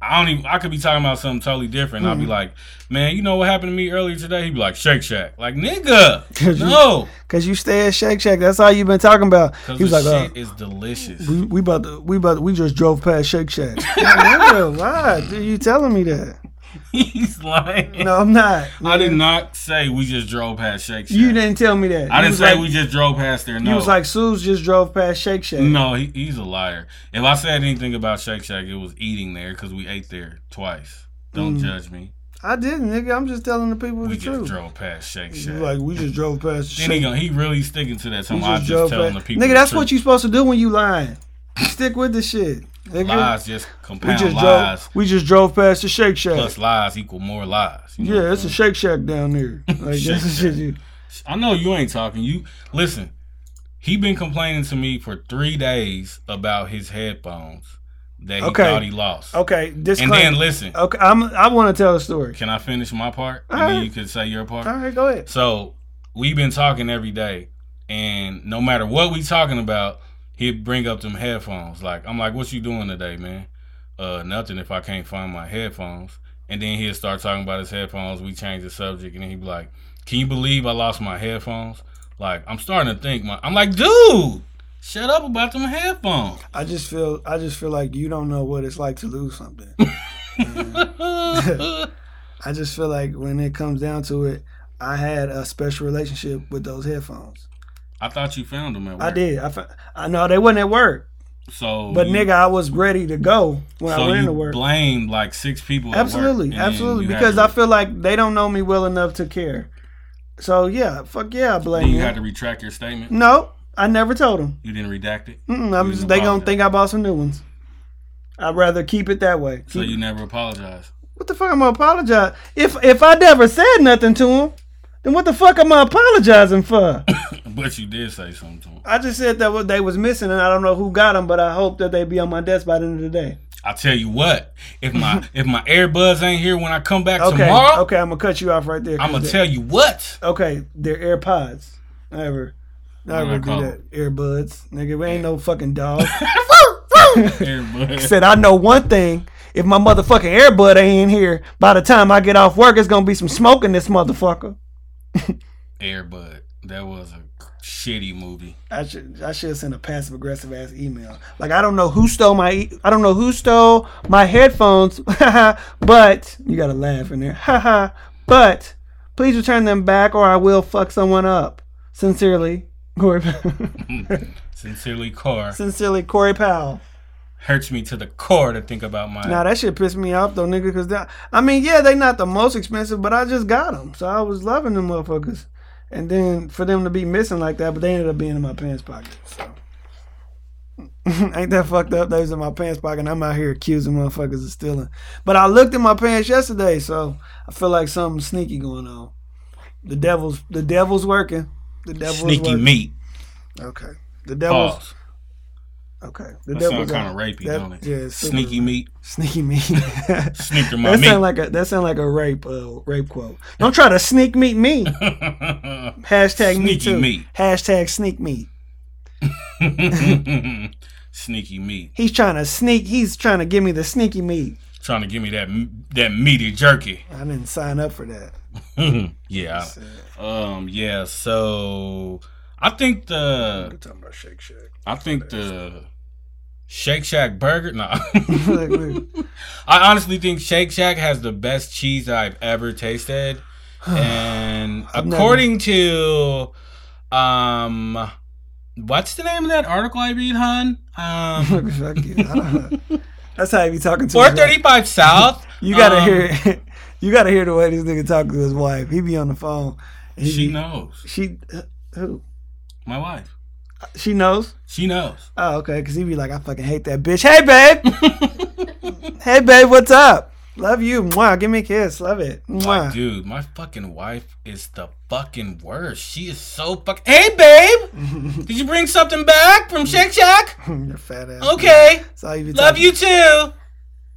Speaker 1: I don't even. I could be talking about something totally different. I'll be
Speaker 2: Mm-hmm.
Speaker 1: like, man, you know what happened to me earlier today? He'd be like, Shake Shack. Like nigga,
Speaker 2: *laughs* Cause you-
Speaker 1: no.
Speaker 2: Cause you stay at Shake Shack. That's all you've been talking about.
Speaker 1: Cause
Speaker 2: He was
Speaker 1: the
Speaker 2: like, uh,
Speaker 1: shit is delicious.
Speaker 2: we, we about to, we about to, we just drove past Shake
Speaker 1: *laughs*
Speaker 2: Shack. Like, nigga, Why? Dude, you telling me that?
Speaker 1: *laughs* He's lying.
Speaker 2: No, I'm not.
Speaker 1: I did not say we just drove past Shake Shack.
Speaker 2: You didn't tell me that.
Speaker 1: I
Speaker 2: You
Speaker 1: didn't
Speaker 2: was
Speaker 1: say
Speaker 2: like,
Speaker 1: we just drove past there. No.
Speaker 2: You was like, Sue's just drove past Shake Shack.
Speaker 1: No, he, he's a liar. If I said anything about Shake Shack, it was eating there because we ate there twice. Don't judge me.
Speaker 2: I didn't, nigga. I'm just telling the people
Speaker 1: We
Speaker 2: Mm. the
Speaker 1: just
Speaker 2: truth.
Speaker 1: drove past Shake
Speaker 2: You
Speaker 1: Shack.
Speaker 2: Like we just drove past.
Speaker 1: then he,
Speaker 2: Shake-
Speaker 1: gonna, he really sticking to that. So
Speaker 2: we
Speaker 1: I'm just,
Speaker 2: drove
Speaker 1: telling the
Speaker 2: past-
Speaker 1: people.
Speaker 2: Nigga, that's what you supposed to do when you lying. Stick with the shit. Nigga.
Speaker 1: lies just
Speaker 2: We
Speaker 1: compound
Speaker 2: just
Speaker 1: lies
Speaker 2: drove. We just drove past the Shake Shack.
Speaker 1: plus lies equal more lies. You know what
Speaker 2: yeah,
Speaker 1: I'm
Speaker 2: it's a Shake Shack down
Speaker 1: *laughs*
Speaker 2: there. Like
Speaker 1: Shake
Speaker 2: that's the shit.
Speaker 1: Shack.
Speaker 2: You,
Speaker 1: saying? I know you ain't talking. You listen. He been complaining to me for three days about his headphones that he
Speaker 2: Okay.
Speaker 1: thought he lost.
Speaker 2: okay,
Speaker 1: And
Speaker 2: disclaimer.
Speaker 1: then listen,
Speaker 2: okay, I'm. I want to tell a story.
Speaker 1: can I finish my part? And
Speaker 2: All
Speaker 1: then
Speaker 2: right.
Speaker 1: you can say your part.
Speaker 2: All right, go ahead.
Speaker 1: So we've been talking every day, and no matter what we talking about, he'd bring up them headphones. Like I'm like, "What you doing today, man?" Uh, nothing. If I can't find my headphones, and then he'd start talking about his headphones. We change the subject, and then he'd be like, "Can you believe I lost my headphones?" Like I'm starting to think my. I'm like, dude, shut up about them headphones.
Speaker 2: I just feel. I just feel like you don't know what it's like to lose something. Mm. I just feel like when it comes down to it, I had a special relationship with those headphones.
Speaker 1: *laughs* I thought you found them at work.
Speaker 2: I did. I, fa- I know they wasn't at work,
Speaker 1: So,
Speaker 2: but
Speaker 1: you-
Speaker 2: nigga, I was ready to go when
Speaker 1: so
Speaker 2: I went
Speaker 1: you
Speaker 2: into work.
Speaker 1: blamed like six people. at work,
Speaker 2: absolutely,
Speaker 1: and
Speaker 2: absolutely,
Speaker 1: you had
Speaker 2: because
Speaker 1: to-
Speaker 2: I feel like they don't know me well enough to care. So yeah, fuck yeah, I blame
Speaker 1: Then you
Speaker 2: you.
Speaker 1: had to retract your statement.
Speaker 2: no, I never told them.
Speaker 1: You didn't redact it,
Speaker 2: Mm-mm, I'm
Speaker 1: You
Speaker 2: just,
Speaker 1: didn't
Speaker 2: they gonna
Speaker 1: apologize.
Speaker 2: think I bought some new ones. I'd rather keep it that way.
Speaker 1: so you never apologized. *laughs*
Speaker 2: what the fuck I'm gonna apologize? If if I never said nothing to him, then what the fuck am I apologizing for?
Speaker 1: But you did say something to him.
Speaker 2: I just said that what they was missing, and I don't know who got them, but I hope that they be on my desk by the end of the day.
Speaker 1: I tell you what, if my
Speaker 2: *laughs*
Speaker 1: if my earbuds ain't here when I come back
Speaker 2: Okay,
Speaker 1: tomorrow,
Speaker 2: okay, I'm gonna cut you off right there. 'cause
Speaker 1: I'm gonna
Speaker 2: they-
Speaker 1: tell you
Speaker 2: *laughs*
Speaker 1: what.
Speaker 2: Okay, they're AirPods. Never,
Speaker 1: What
Speaker 2: never
Speaker 1: I call
Speaker 2: do that. Earbuds, nigga. We ain't no fucking *laughs* dog.
Speaker 1: Earbuds.
Speaker 2: Said I know one thing. If my motherfucking earbud ain't in here by the time I get off work, it's gonna be some smoke in this motherfucker.
Speaker 1: Airbud. That was a shitty movie.
Speaker 2: I should I should send a passive aggressive ass email. Like I don't know who stole my e- I don't know who stole my headphones, *laughs* but you gotta laugh in there, but please return them back or I will fuck someone up. Sincerely, Corey. *laughs*
Speaker 1: Sincerely, car
Speaker 2: Sincerely, Corey Powell.
Speaker 1: hurts me to the core to think about my.
Speaker 2: Now that shit pissed me off though, nigga. Cause that, I mean, yeah, they not the most expensive, but I just got them, so I was loving them motherfuckers. And then for them to be missing like that, but they ended up being in my pants pocket. So *laughs* ain't that fucked up? They was in my pants pocket. And I'm out here accusing motherfuckers of stealing. But I looked in my pants yesterday, so I feel like something sneaky going on. The devil's the devil's working. The devil's
Speaker 1: Sneaky
Speaker 2: working.
Speaker 1: meat.
Speaker 2: Okay. The devil's
Speaker 1: Pause.
Speaker 2: okay. The
Speaker 1: That
Speaker 2: devil's
Speaker 1: sounds kind of
Speaker 2: working.
Speaker 1: rapey,
Speaker 2: uh, That-
Speaker 1: don't it?
Speaker 2: yeah, it's super
Speaker 1: Sneaky
Speaker 2: rape.
Speaker 1: meat.
Speaker 2: Sneaky me. *laughs*
Speaker 1: Sneaker *laughs* my
Speaker 2: That
Speaker 1: meat.
Speaker 2: sound like a that sound like a rape uh, rape quote. Don't try to sneak meet me.
Speaker 1: *laughs*
Speaker 2: Hashtag me
Speaker 1: Sneaky
Speaker 2: too.
Speaker 1: meat.
Speaker 2: Hashtag sneak me.
Speaker 1: *laughs* Sneaky meat.
Speaker 2: He's trying to sneak. He's trying to give me the sneaky meat.
Speaker 1: Trying to give me that that meaty jerky. *laughs*
Speaker 2: I didn't sign up for that.
Speaker 1: yeah.
Speaker 2: So,
Speaker 1: Um. Yeah. So I think
Speaker 2: we're
Speaker 1: the
Speaker 2: talking about Shake Shack. *laughs*
Speaker 1: I think the Shake Shack burger. No,
Speaker 2: Like, look,
Speaker 1: *laughs* I honestly think Shake Shack has the best cheese that I've
Speaker 2: *sighs*
Speaker 1: ever tasted, and
Speaker 2: I've never-
Speaker 1: according to um. What's the name of that article I read, hon?
Speaker 2: *laughs*
Speaker 1: Um,
Speaker 2: look, fuck you. I don't know. That's how you be talking to
Speaker 1: four
Speaker 2: his wife.
Speaker 1: thirty-five South.
Speaker 2: *laughs* You gotta
Speaker 1: um,
Speaker 2: *laughs* hear. you gotta hear the way this nigga talk to his wife. He be on the phone. He-
Speaker 1: She knows.
Speaker 2: She uh, who?
Speaker 1: My wife.
Speaker 2: She knows.
Speaker 1: She knows.
Speaker 2: Oh, okay. Because he be like, I fucking hate that bitch. Hey, babe. hey, babe. What's up? Love you. Mwah. Give me a kiss. Love it. *laughs*
Speaker 1: Like,
Speaker 2: Mwah.
Speaker 1: dude, my fucking wife is the fucking worst. She is so fucking. Hey, babe, did you bring something back from Shake Shack?
Speaker 2: Your fat ass.
Speaker 1: Okay,
Speaker 2: That's all you be
Speaker 1: love
Speaker 2: talking-
Speaker 1: you too.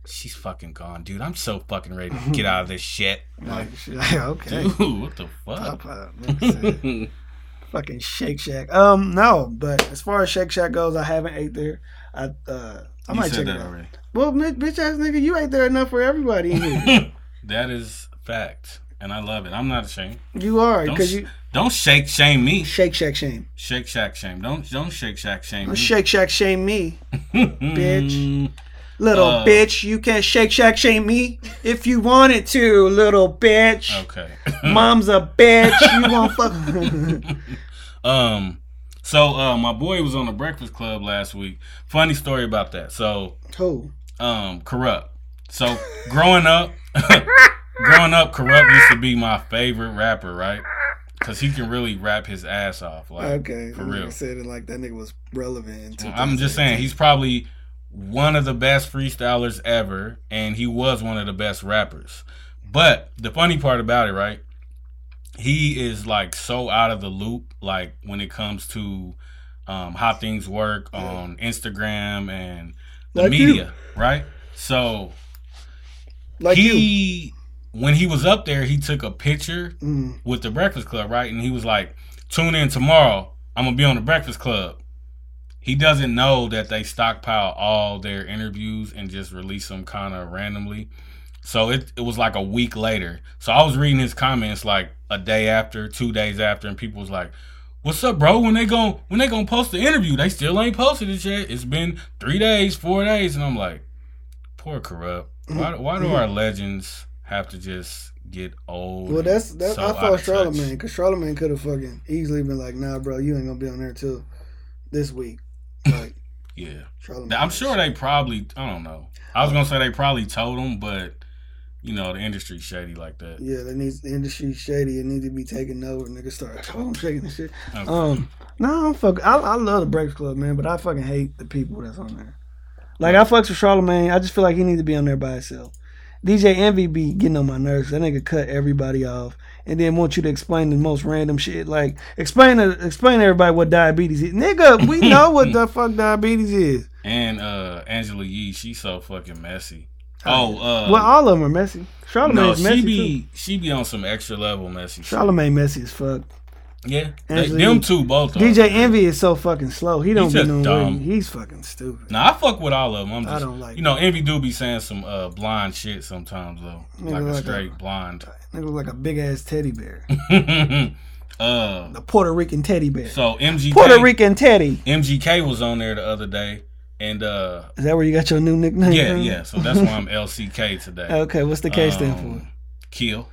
Speaker 1: She's fucking gone, dude. I'm so fucking ready to get out of
Speaker 2: *laughs*
Speaker 1: this shit.
Speaker 2: Like, she- like, okay. uh,
Speaker 1: Dude, what the fuck?
Speaker 2: Pop up.
Speaker 1: *laughs*
Speaker 2: fucking Shake Shack. Um, no, but as far as Shake Shack goes, I haven't ate there. I uh, I
Speaker 1: you
Speaker 2: might
Speaker 1: said
Speaker 2: check
Speaker 1: that
Speaker 2: it out.
Speaker 1: already.
Speaker 2: Well, mi- bitch ass nigga, you ate there enough for everybody in
Speaker 1: *laughs*
Speaker 2: here.
Speaker 1: That is fact, and I love it. I'm not ashamed.
Speaker 2: you are
Speaker 1: Don't
Speaker 2: because
Speaker 1: sh-
Speaker 2: you
Speaker 1: Don't shake shame me.
Speaker 2: Shake Shack shame.
Speaker 1: Shake Shack shame. Don't don't shake Shack shame me.
Speaker 2: Shake Shack shame me, bitch. little
Speaker 1: Uh,
Speaker 2: bitch. You can Shake Shack shame me if you wanted to, little bitch.
Speaker 1: *laughs* Okay.
Speaker 2: *laughs* Mom's a bitch.
Speaker 1: *laughs*
Speaker 2: You won't fuck.
Speaker 1: Um, so uh, my boy was on the Breakfast Club last week. Funny story about that. So,
Speaker 2: Who?
Speaker 1: um, corrupt. So growing up, *laughs* growing up, corrupt used to be my favorite rapper, right? Because he can really rap his ass off, like
Speaker 2: Okay,
Speaker 1: for real.
Speaker 2: Said it like that nigga was relevant. In
Speaker 1: I'm just saying he's probably one of the best freestylers ever, and he was one of the best rappers. But the funny part about it, right? He is like so out of the loop, like when it comes to um, how things work on Instagram and the
Speaker 2: Like you.
Speaker 1: media, right? So
Speaker 2: like you.
Speaker 1: he, when he was up there, he took a picture
Speaker 2: Mm.
Speaker 1: with the Breakfast Club, right? And he was like, "Tune in tomorrow. I'm gonna be on the Breakfast Club." He doesn't know that they stockpile all their interviews and just release them kind of randomly. So it, it was like a week later. So I was reading his comments like a day after, two days after, and people was like, "What's up, bro? When they gon' when they gonna post the interview? They still ain't posted it yet. It's been three days, four days." And I'm like, "Poor corrupt. Why, why do our legends have to just get old?
Speaker 2: Well,
Speaker 1: and
Speaker 2: that's that's.
Speaker 1: so
Speaker 2: I
Speaker 1: out
Speaker 2: thought
Speaker 1: of touch?
Speaker 2: Charlemagne, cause Charlemagne could have fucking easily been like, "Nah, bro, you ain't gonna be on there till this week."
Speaker 1: *laughs*
Speaker 2: Like
Speaker 1: Yeah,
Speaker 2: Charlemagne,
Speaker 1: I'm sure they probably. I don't know. I was gonna say they probably told him, but you know the industry's shady like that.
Speaker 2: Yeah, that needs the industry shady. It needs to be taken over. Niggas start. Oh, I'm shaking this shit.
Speaker 1: Okay.
Speaker 2: Um, no, I'm fuck. I, I love the Breakfast Club, man, but I fucking hate the people that's on there. Like I fucks with Charlemagne. I just feel like he needs to be on there by himself. DJ Envy be getting on my nerves. That nigga cut everybody off, and then want you to explain the most random shit. Like explain to explain to everybody what diabetes is. Nigga,
Speaker 1: *laughs*
Speaker 2: we know what the fuck diabetes is.
Speaker 1: And uh Angela Yee, she's so fucking messy. Oh, uh,
Speaker 2: well, all of them are messy.
Speaker 1: no,
Speaker 2: Charlemagne's
Speaker 1: she
Speaker 2: messy
Speaker 1: be
Speaker 2: too.
Speaker 1: she be on some extra level messy. shit.
Speaker 2: Charlemagne messy as fuck.
Speaker 1: Yeah, they,
Speaker 2: Angela
Speaker 1: them
Speaker 2: Yee.
Speaker 1: two both. Are.
Speaker 2: DJ Envy is so fucking slow. He don't be
Speaker 1: just
Speaker 2: doing
Speaker 1: dumb.
Speaker 2: dumb. He's fucking stupid.
Speaker 1: Nah, I fuck with all of them. I'm
Speaker 2: I
Speaker 1: just,
Speaker 2: don't like
Speaker 1: you know, Envy do be saying some uh, blind shit sometimes though,
Speaker 2: Nigga
Speaker 1: like a
Speaker 2: like
Speaker 1: straight blonde.
Speaker 2: Nigga look like a big ass teddy bear.
Speaker 1: *laughs* uh,
Speaker 2: A Puerto Rican teddy bear.
Speaker 1: so MGK
Speaker 2: Puerto Rican teddy.
Speaker 1: MGK was on there the other day,
Speaker 2: *laughs*
Speaker 1: and uh,
Speaker 2: Is that where you got your new nickname?
Speaker 1: Yeah,
Speaker 2: from?
Speaker 1: yeah. So that's why I'm LCK today.
Speaker 2: *laughs* Okay, what's the K stand
Speaker 1: Um,
Speaker 2: for?
Speaker 1: Kill.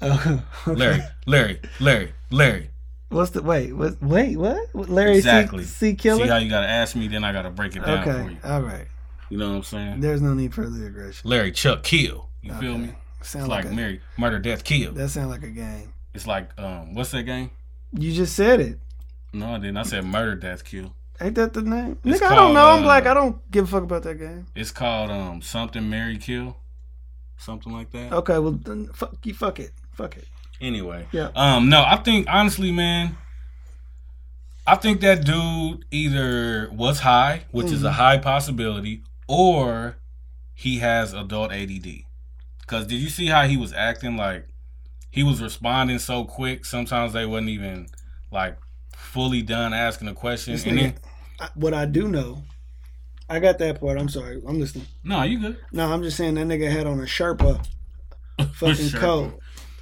Speaker 2: Oh, *laughs* okay.
Speaker 1: Um, Larry, Larry, Larry, Larry.
Speaker 2: What's the wait? What? Wait, what? What- Larry
Speaker 1: Exactly.
Speaker 2: C, C
Speaker 1: See how
Speaker 2: Killer.
Speaker 1: you gotta ask me, then I gotta break it down for
Speaker 2: Okay,
Speaker 1: you.
Speaker 2: all right.
Speaker 1: You know what I'm saying?
Speaker 2: There's no need for the aggression.
Speaker 1: Larry Chuck Kill. You feel
Speaker 2: Okay.
Speaker 1: me?
Speaker 2: Sound
Speaker 1: It's
Speaker 2: like,
Speaker 1: like
Speaker 2: a,
Speaker 1: Mary Murder Death Kill.
Speaker 2: that sound like a game.
Speaker 1: It's like um what's that game?
Speaker 2: You just said it.
Speaker 1: No, I didn't. I said Murder Death Kill.
Speaker 2: Ain't that the name?
Speaker 1: It's
Speaker 2: Nigga, I don't
Speaker 1: called,
Speaker 2: know. I'm
Speaker 1: uh,
Speaker 2: black. I don't give a fuck about that game.
Speaker 1: It's called um something Mary Kill. Something like that.
Speaker 2: Okay, well then fuck you. Fuck it. Fuck it.
Speaker 1: Anyway.
Speaker 2: Yeah.
Speaker 1: Um, no, I think honestly, man, I think that dude either was high, which is
Speaker 2: Mm-hmm.
Speaker 1: a high possibility, or he has adult ADD. Cause did you see how he was acting? Like he was responding so quick. Sometimes they wasn't even like fully done asking a question.
Speaker 2: This
Speaker 1: And
Speaker 2: nigga,
Speaker 1: then,
Speaker 2: I, what I do know, I got that part. I'm sorry. I'm listening.
Speaker 1: no, you good.
Speaker 2: No, I'm just saying that nigga had on a
Speaker 1: *laughs*
Speaker 2: Sherpa fucking
Speaker 1: Sherpa.
Speaker 2: coat.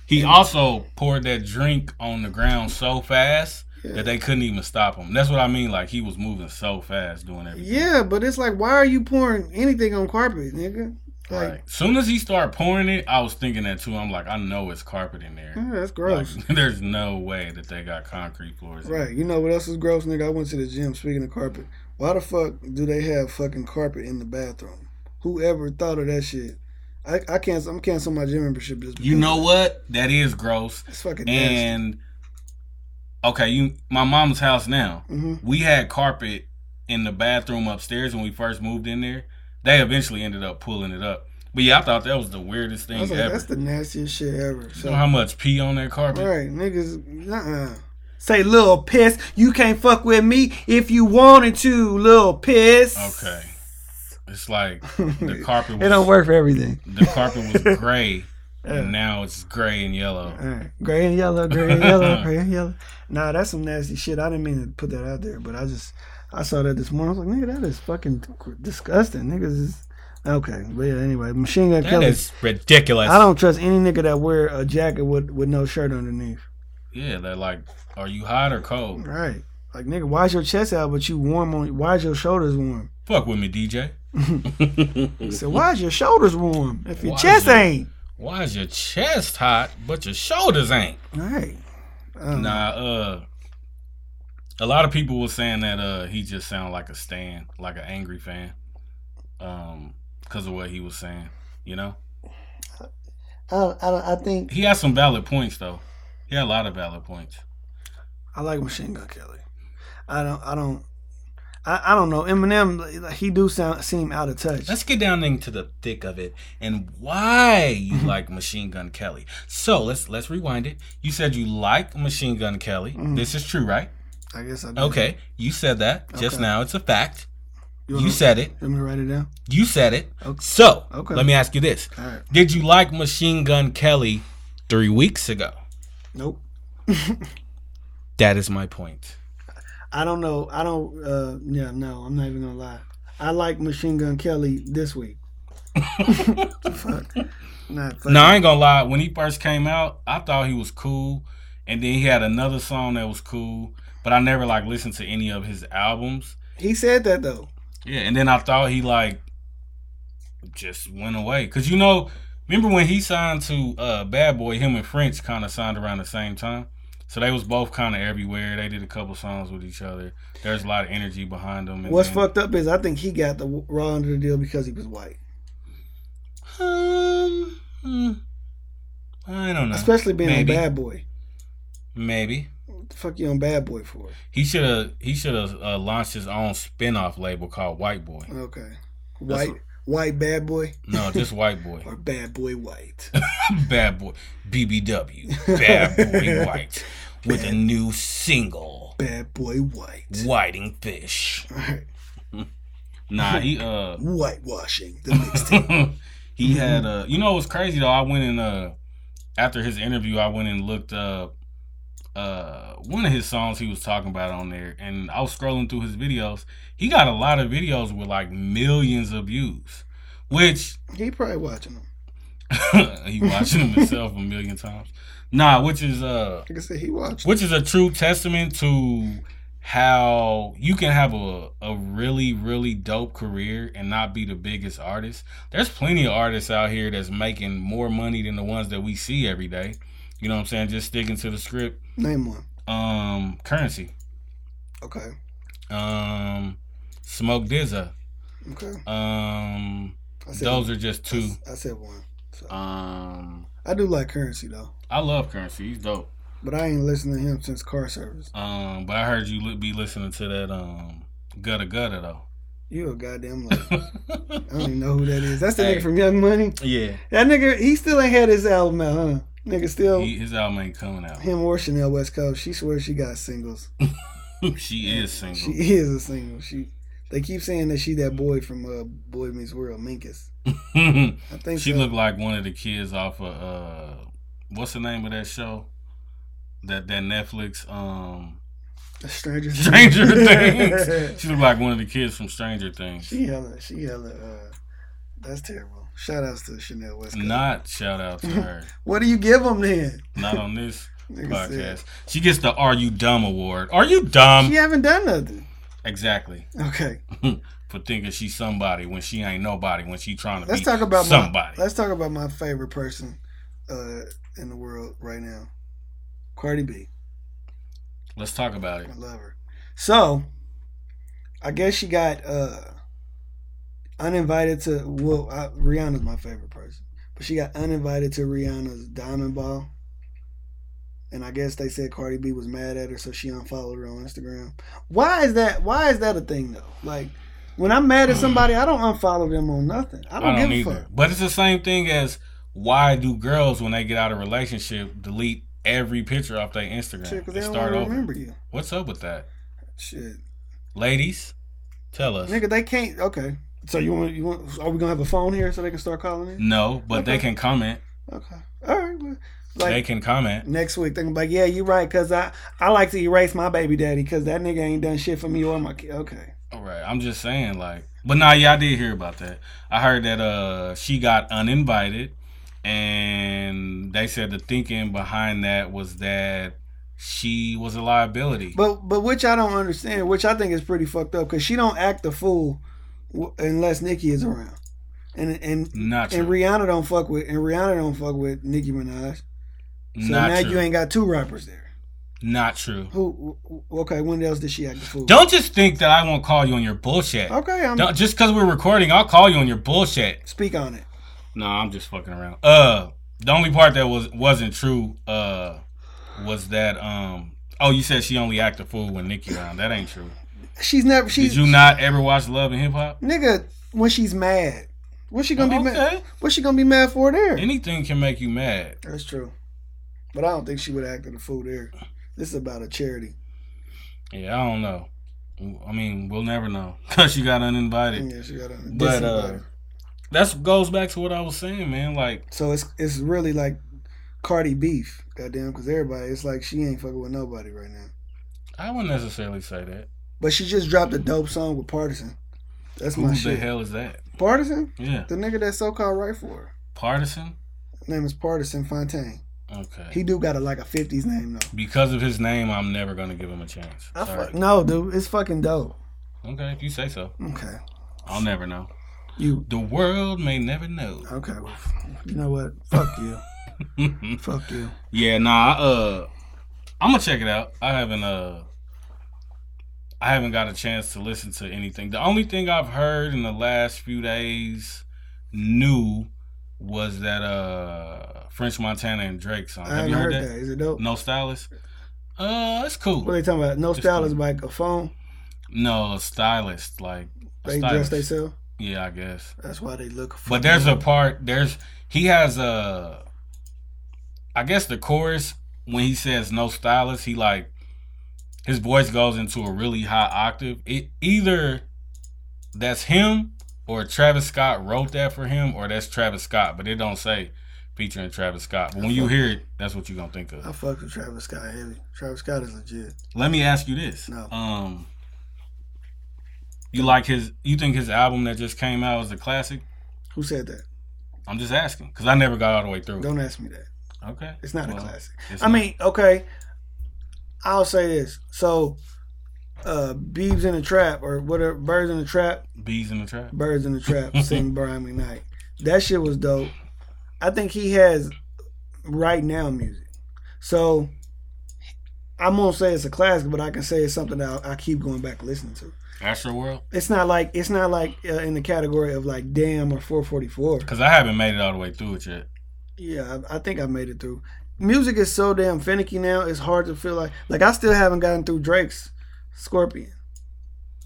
Speaker 1: He also poured that drink on the ground so fast
Speaker 2: Yeah.
Speaker 1: that they couldn't even stop him. That's what I mean. Like he was moving so fast doing everything.
Speaker 2: Yeah, but it's like, why are you pouring anything on carpet, nigga? Like,
Speaker 1: Right. Soon as he started pouring it, I was thinking that too. I'm like, I know it's carpet in there.
Speaker 2: yeah, that's
Speaker 1: Like,
Speaker 2: Mm, gross.
Speaker 1: *laughs* there's no way that they got concrete floors. in
Speaker 2: right. You know what else is gross, nigga? I went to the gym. Speaking of carpet, why the fuck do they have fucking carpet in the bathroom? Whoever thought of that shit? I, I can't. I'm canceling my gym membership just.
Speaker 1: You
Speaker 2: because
Speaker 1: know what? That is gross.
Speaker 2: It's fucking nasty.
Speaker 1: And okay, you my mom's house now.
Speaker 2: Mhm.
Speaker 1: We had carpet in the bathroom upstairs when we first moved in there. They eventually ended up pulling it up. But yeah, I thought that was the weirdest
Speaker 2: I
Speaker 1: thing
Speaker 2: was like,
Speaker 1: ever.
Speaker 2: that's the nastiest shit ever.
Speaker 1: You
Speaker 2: So,
Speaker 1: know how much pee on that carpet?
Speaker 2: right, niggas, uh-uh. Say, little piss, you can't fuck with me if you wanted to, little piss. *laughs*
Speaker 1: Okay. It's like the carpet
Speaker 2: It don't
Speaker 1: was
Speaker 2: work for everything.
Speaker 1: the carpet
Speaker 2: *laughs*
Speaker 1: was gray
Speaker 2: Yeah.
Speaker 1: and now it's gray and yellow.
Speaker 2: All right. Gray and yellow, gray and
Speaker 1: *laughs*
Speaker 2: yellow, gray and yellow. Nah, that's some nasty shit. I didn't mean to put that out there, but I just I saw that this morning. I was like, nigga, that is fucking disgusting. Niggas is okay. But yeah, anyway, Machine Gun
Speaker 1: That
Speaker 2: Kelly.
Speaker 1: is ridiculous.
Speaker 2: I don't trust any nigga that wear a jacket with with no shirt underneath.
Speaker 1: Yeah, they're like, are you hot or cold?
Speaker 2: Right. Like nigga, why is your chest out but you warm on? Why is your shoulders warm?
Speaker 1: Fuck with me,
Speaker 2: *laughs*
Speaker 1: DJ.
Speaker 2: So why is your shoulders warm if your
Speaker 1: Why is
Speaker 2: chest
Speaker 1: your-
Speaker 2: ain't?
Speaker 1: *laughs* Why is your chest hot but your shoulders ain't?
Speaker 2: All right. Um,
Speaker 1: Nah, uh, a lot of people were saying that uh he just sounded like a stan, like an angry fan, um, because of what he was saying. You know,
Speaker 2: I, I, I think
Speaker 1: he had some valid points though. He had a lot of valid points.
Speaker 2: I like Machine Gun Kelly. I don't. I don't. I, I don't know. Eminem, like, he do sound seem out of touch.
Speaker 1: Let's get down into the thick of it and why you
Speaker 2: Mm-hmm.
Speaker 1: like Machine Gun Kelly. So let's let's rewind it. You said you like Machine Gun Kelly.
Speaker 2: Mhm.
Speaker 1: This is true, right?
Speaker 2: I guess I do.
Speaker 1: Okay, you said that
Speaker 2: Mm-hmm.
Speaker 1: just
Speaker 2: Okay.
Speaker 1: now. It's a fact.
Speaker 2: You,
Speaker 1: You
Speaker 2: want
Speaker 1: said it.
Speaker 2: Let me to write it down.
Speaker 1: You said it.
Speaker 2: Okay.
Speaker 1: So
Speaker 2: Okay.
Speaker 1: let me ask you this:
Speaker 2: All right.
Speaker 1: Did you like Machine Gun Kelly three weeks ago?
Speaker 2: Nope.
Speaker 1: That is my point.
Speaker 2: I don't know. I don't. Uh, yeah. No. I'm not even gonna lie. I like Machine Gun Kelly this
Speaker 1: *laughs*
Speaker 2: week. Fuck. Not. Fuck.
Speaker 1: No, I ain't gonna lie. When he first came out, I thought he was cool, and then he had another song that was cool, but I never like listened to any of his albums.
Speaker 2: He said that though.
Speaker 1: Yeah, and then I thought he like just went away because you know, remember when he signed to uh, Bad Boy? Him and French kind of signed around the same time, so they was both kind of everywhere. They did a couple songs with each other. There's a lot of energy behind them. and
Speaker 2: What's
Speaker 1: then-
Speaker 2: fucked up is I think he got the raw end of the deal because he was white,
Speaker 1: Um, hmm. I don't know.
Speaker 2: especially being
Speaker 1: Maybe.
Speaker 2: a bad boy.
Speaker 1: Maybe
Speaker 2: What the fuck you on bad boy for?
Speaker 1: he should have he should have uh, launched his own spin-off label called White Boy.
Speaker 2: Okay.
Speaker 1: That's
Speaker 2: White white bad boy
Speaker 1: No, just White Boy. *laughs*
Speaker 2: or bad boy white.
Speaker 1: Bad Boy BBW. *laughs*
Speaker 2: *laughs*
Speaker 1: Bad Boy White with a new single
Speaker 2: bad boy white.
Speaker 1: Whiting Fish.
Speaker 2: Alright.
Speaker 1: Nah, he uh *laughs*
Speaker 2: Whitewashing the mixtape.
Speaker 1: he had uh you know it was crazy though. I went and uh after his interview I went and looked up uh one of his songs he was talking about on there and I was scrolling through his videos. He got a lot of videos with like millions of views. Which *laughs*
Speaker 2: he probably watching them.
Speaker 1: he watching him himself a million times. Nah, which is uh
Speaker 2: Like I said, he watched.
Speaker 1: which is a true testament to how you can have a, a really really dope career and not be the biggest artist there's plenty of artists out here that's making more money than the ones that we see every day you know what i'm saying just sticking to the script
Speaker 2: Name one.
Speaker 1: um currency
Speaker 2: Okay.
Speaker 1: um smoke dizza
Speaker 2: Okay.
Speaker 1: um
Speaker 2: I said
Speaker 1: those are just two
Speaker 2: I said one. So.
Speaker 1: um
Speaker 2: I do like currency though,
Speaker 1: i love currency he's dope
Speaker 2: but I ain't listened to him since car service.
Speaker 1: um but i heard you li- be listening to that um gutta gutta though
Speaker 2: You a goddamn
Speaker 1: *laughs*
Speaker 2: like I don't even know who that is. That's the
Speaker 1: Hey.
Speaker 2: nigga from Young Money.
Speaker 1: yeah
Speaker 2: That nigga, he still ain't had his album out, huh? Nigga still
Speaker 1: He, his album ain't coming out.
Speaker 2: him or Chanel West Coast. She swears she got singles.
Speaker 1: *laughs* she is single.
Speaker 2: She
Speaker 1: *laughs*
Speaker 2: is a single. She they keep saying that she that boy from uh, Boy Meets World, Minkus.
Speaker 1: she
Speaker 2: I think so.
Speaker 1: looked like one of the kids off of uh, what's the name of that show? That that Netflix um
Speaker 2: Stranger
Speaker 1: Stranger Things. She looked like one of the kids from Stranger
Speaker 2: *laughs*
Speaker 1: Things.
Speaker 2: she hella she hella uh, that's terrible. Shout outs to Chanel West Coast.
Speaker 1: Not shout out to
Speaker 2: *laughs*
Speaker 1: her.
Speaker 2: What do you give them then?
Speaker 1: Not on this
Speaker 2: Nigga said,
Speaker 1: podcast. Um, She gets the Are You Dumb award. Are you dumb?
Speaker 2: she haven't done nothing.
Speaker 1: Exactly.
Speaker 2: Okay.
Speaker 1: For thinking she's somebody when she ain't nobody when she trying to
Speaker 2: Let's
Speaker 1: be
Speaker 2: talk about
Speaker 1: somebody.
Speaker 2: My, let's talk about my favorite person uh, in the world right now. Cardi B.
Speaker 1: Let's talk about it.
Speaker 2: I love her. So, I guess she got uh uninvited to. Well, I, Rihanna's my favorite person, but she got uninvited to Rihanna's Diamond Ball. and I guess they said Cardi B was mad at her, so she unfollowed her on Instagram. Why is that? Why is that a thing though? Like, when I'm mad at somebody, I don't unfollow them on nothing. I don't,
Speaker 1: I don't
Speaker 2: give a
Speaker 1: either.
Speaker 2: fuck.
Speaker 1: But it's the same thing as why do girls when they get out of a relationship delete every picture off their Instagram
Speaker 2: Shit, 'cause
Speaker 1: and
Speaker 2: they don't
Speaker 1: start
Speaker 2: wanna
Speaker 1: over?
Speaker 2: remember you.
Speaker 1: What's up with that,
Speaker 2: Shit,
Speaker 1: ladies? Tell us.
Speaker 2: nigga, they can't. Okay, so you want you want? Are we gonna have a phone here so they can start calling in?
Speaker 1: No, but they
Speaker 2: Okay.
Speaker 1: can comment.
Speaker 2: Okay, all right. Well,
Speaker 1: they
Speaker 2: like
Speaker 1: can comment.
Speaker 2: next week, they can be like, yeah, you right, cause I I like to erase my baby daddy, cause that nigga ain't done shit for me or my kid. Okay,
Speaker 1: All right. I'm just saying, like, but nah, yeah, I did hear about that. I heard that uh she got uninvited, and they said the thinking behind that was that she was a liability.
Speaker 2: but but which I don't understand, which I think is pretty fucked up, cause she don't act a fool w- unless Nikki is around, and and.
Speaker 1: not true.
Speaker 2: And Rihanna don't fuck with and Rihanna don't fuck with Nicki Minaj. So
Speaker 1: not
Speaker 2: now
Speaker 1: true.
Speaker 2: you ain't got two rappers there.
Speaker 1: not true.
Speaker 2: Who? wh- wh- Okay, when else did she act a fool?
Speaker 1: Don't just think that I won't call you on your bullshit.
Speaker 2: Okay, I'm
Speaker 1: Don't, just because we're recording, I'll call you on your bullshit.
Speaker 2: speak on it.
Speaker 1: No, I'm just fucking around. Uh, the only part that was wasn't true, uh, was that um. Oh, you said she only act a fool when Nikki around. That ain't true.
Speaker 2: She's never. She's
Speaker 1: Did you not ever watch Love and Hip Hop?
Speaker 2: nigga when she's mad. What's she gonna be mad?
Speaker 1: Okay.
Speaker 2: What's she gonna be mad for there?
Speaker 1: Anything can make you mad.
Speaker 2: That's true, but I don't think she would act in a fool there. This is about a charity.
Speaker 1: Yeah, I don't know. I mean, we'll never know because she got uninvited.
Speaker 2: Yeah, she got a
Speaker 1: But uh, that goes back to what I was saying, man. Like,
Speaker 2: So it's it's really like Cardi beef, goddamn, because everybody it's like she ain't fucking with nobody right now.
Speaker 1: I wouldn't necessarily say that.
Speaker 2: But she just dropped a dope song with Partisan. That's
Speaker 1: Who
Speaker 2: my
Speaker 1: the
Speaker 2: shit.
Speaker 1: hell is that?
Speaker 2: Partisan,
Speaker 1: Yeah,
Speaker 2: the nigga that's so called right for. Her.
Speaker 1: partisan.
Speaker 2: His name is Partisan Fontaine.
Speaker 1: Okay.
Speaker 2: He do got a like a fifties name though.
Speaker 1: because of his name, I'm never gonna give him a chance.
Speaker 2: I
Speaker 1: Sorry.
Speaker 2: fuck, no, dude, it's fucking dope.
Speaker 1: Okay, if you say so,
Speaker 2: Okay,
Speaker 1: I'll never know.
Speaker 2: you
Speaker 1: The world may never know.
Speaker 2: okay? Well, you know what? Fuck you. Fuck you.
Speaker 1: *laughs* yeah, nah. I, Uh, I'm gonna check it out. I haven't uh, I haven't got a chance to listen to anything. The only thing I've heard in the last few days, new, was that uh, French Montana and Drake song.
Speaker 2: I
Speaker 1: Uh, Have
Speaker 2: ain't
Speaker 1: you
Speaker 2: heard
Speaker 1: heard
Speaker 2: that. Is
Speaker 1: that?
Speaker 2: it dope?
Speaker 1: No stylist. Uh, it's cool.
Speaker 2: What they talking about? No
Speaker 1: It's
Speaker 2: style is
Speaker 1: cool.
Speaker 2: like a phone.
Speaker 1: No stylist, like a
Speaker 2: They dress
Speaker 1: stylist.
Speaker 2: themselves.
Speaker 1: Yeah, I guess.
Speaker 2: That's why they look.
Speaker 1: But there's a
Speaker 2: fucking-
Speaker 1: part. There's he has a. I guess the chorus when he says no stylist, he like his voice goes into a really high octave. It either that's him or Travis Scott wrote that for him, or that's Travis Scott. But it don't say featuring Travis Scott. But when you hear it, that's what you gonna think
Speaker 2: I
Speaker 1: of.
Speaker 2: fuck with Travis Scott heavy. Travis Scott is legit.
Speaker 1: Let me ask you this.
Speaker 2: No.
Speaker 1: Um. You like his? You think his album that just came out is a classic?
Speaker 2: Who said that? I'm
Speaker 1: I'm just asking because I never got all the way through. it.
Speaker 2: Don't ask me that.
Speaker 1: Okay.
Speaker 2: It's not a
Speaker 1: Well,
Speaker 2: classic.
Speaker 1: it's
Speaker 2: I
Speaker 1: not.
Speaker 2: mean, okay. I'll say this. So, uh, Beebs in the Trap or whatever, Birds in the Trap,
Speaker 1: bees in the trap.
Speaker 2: Birds in the Trap, sing Brian McKnight. That shit was dope. I think he has right now music. So, I'm gonna say it's a classic, but I can say it's something that I, I keep going back listening to.
Speaker 1: Astro World.
Speaker 2: It's not like it's not like uh, in the category of like Damn or 444.
Speaker 1: Because I haven't made it all the way through it yet.
Speaker 2: Yeah, I, I think I made it through. Music is so damn finicky now. It's hard to feel like like I still haven't gotten through Drake's Scorpion,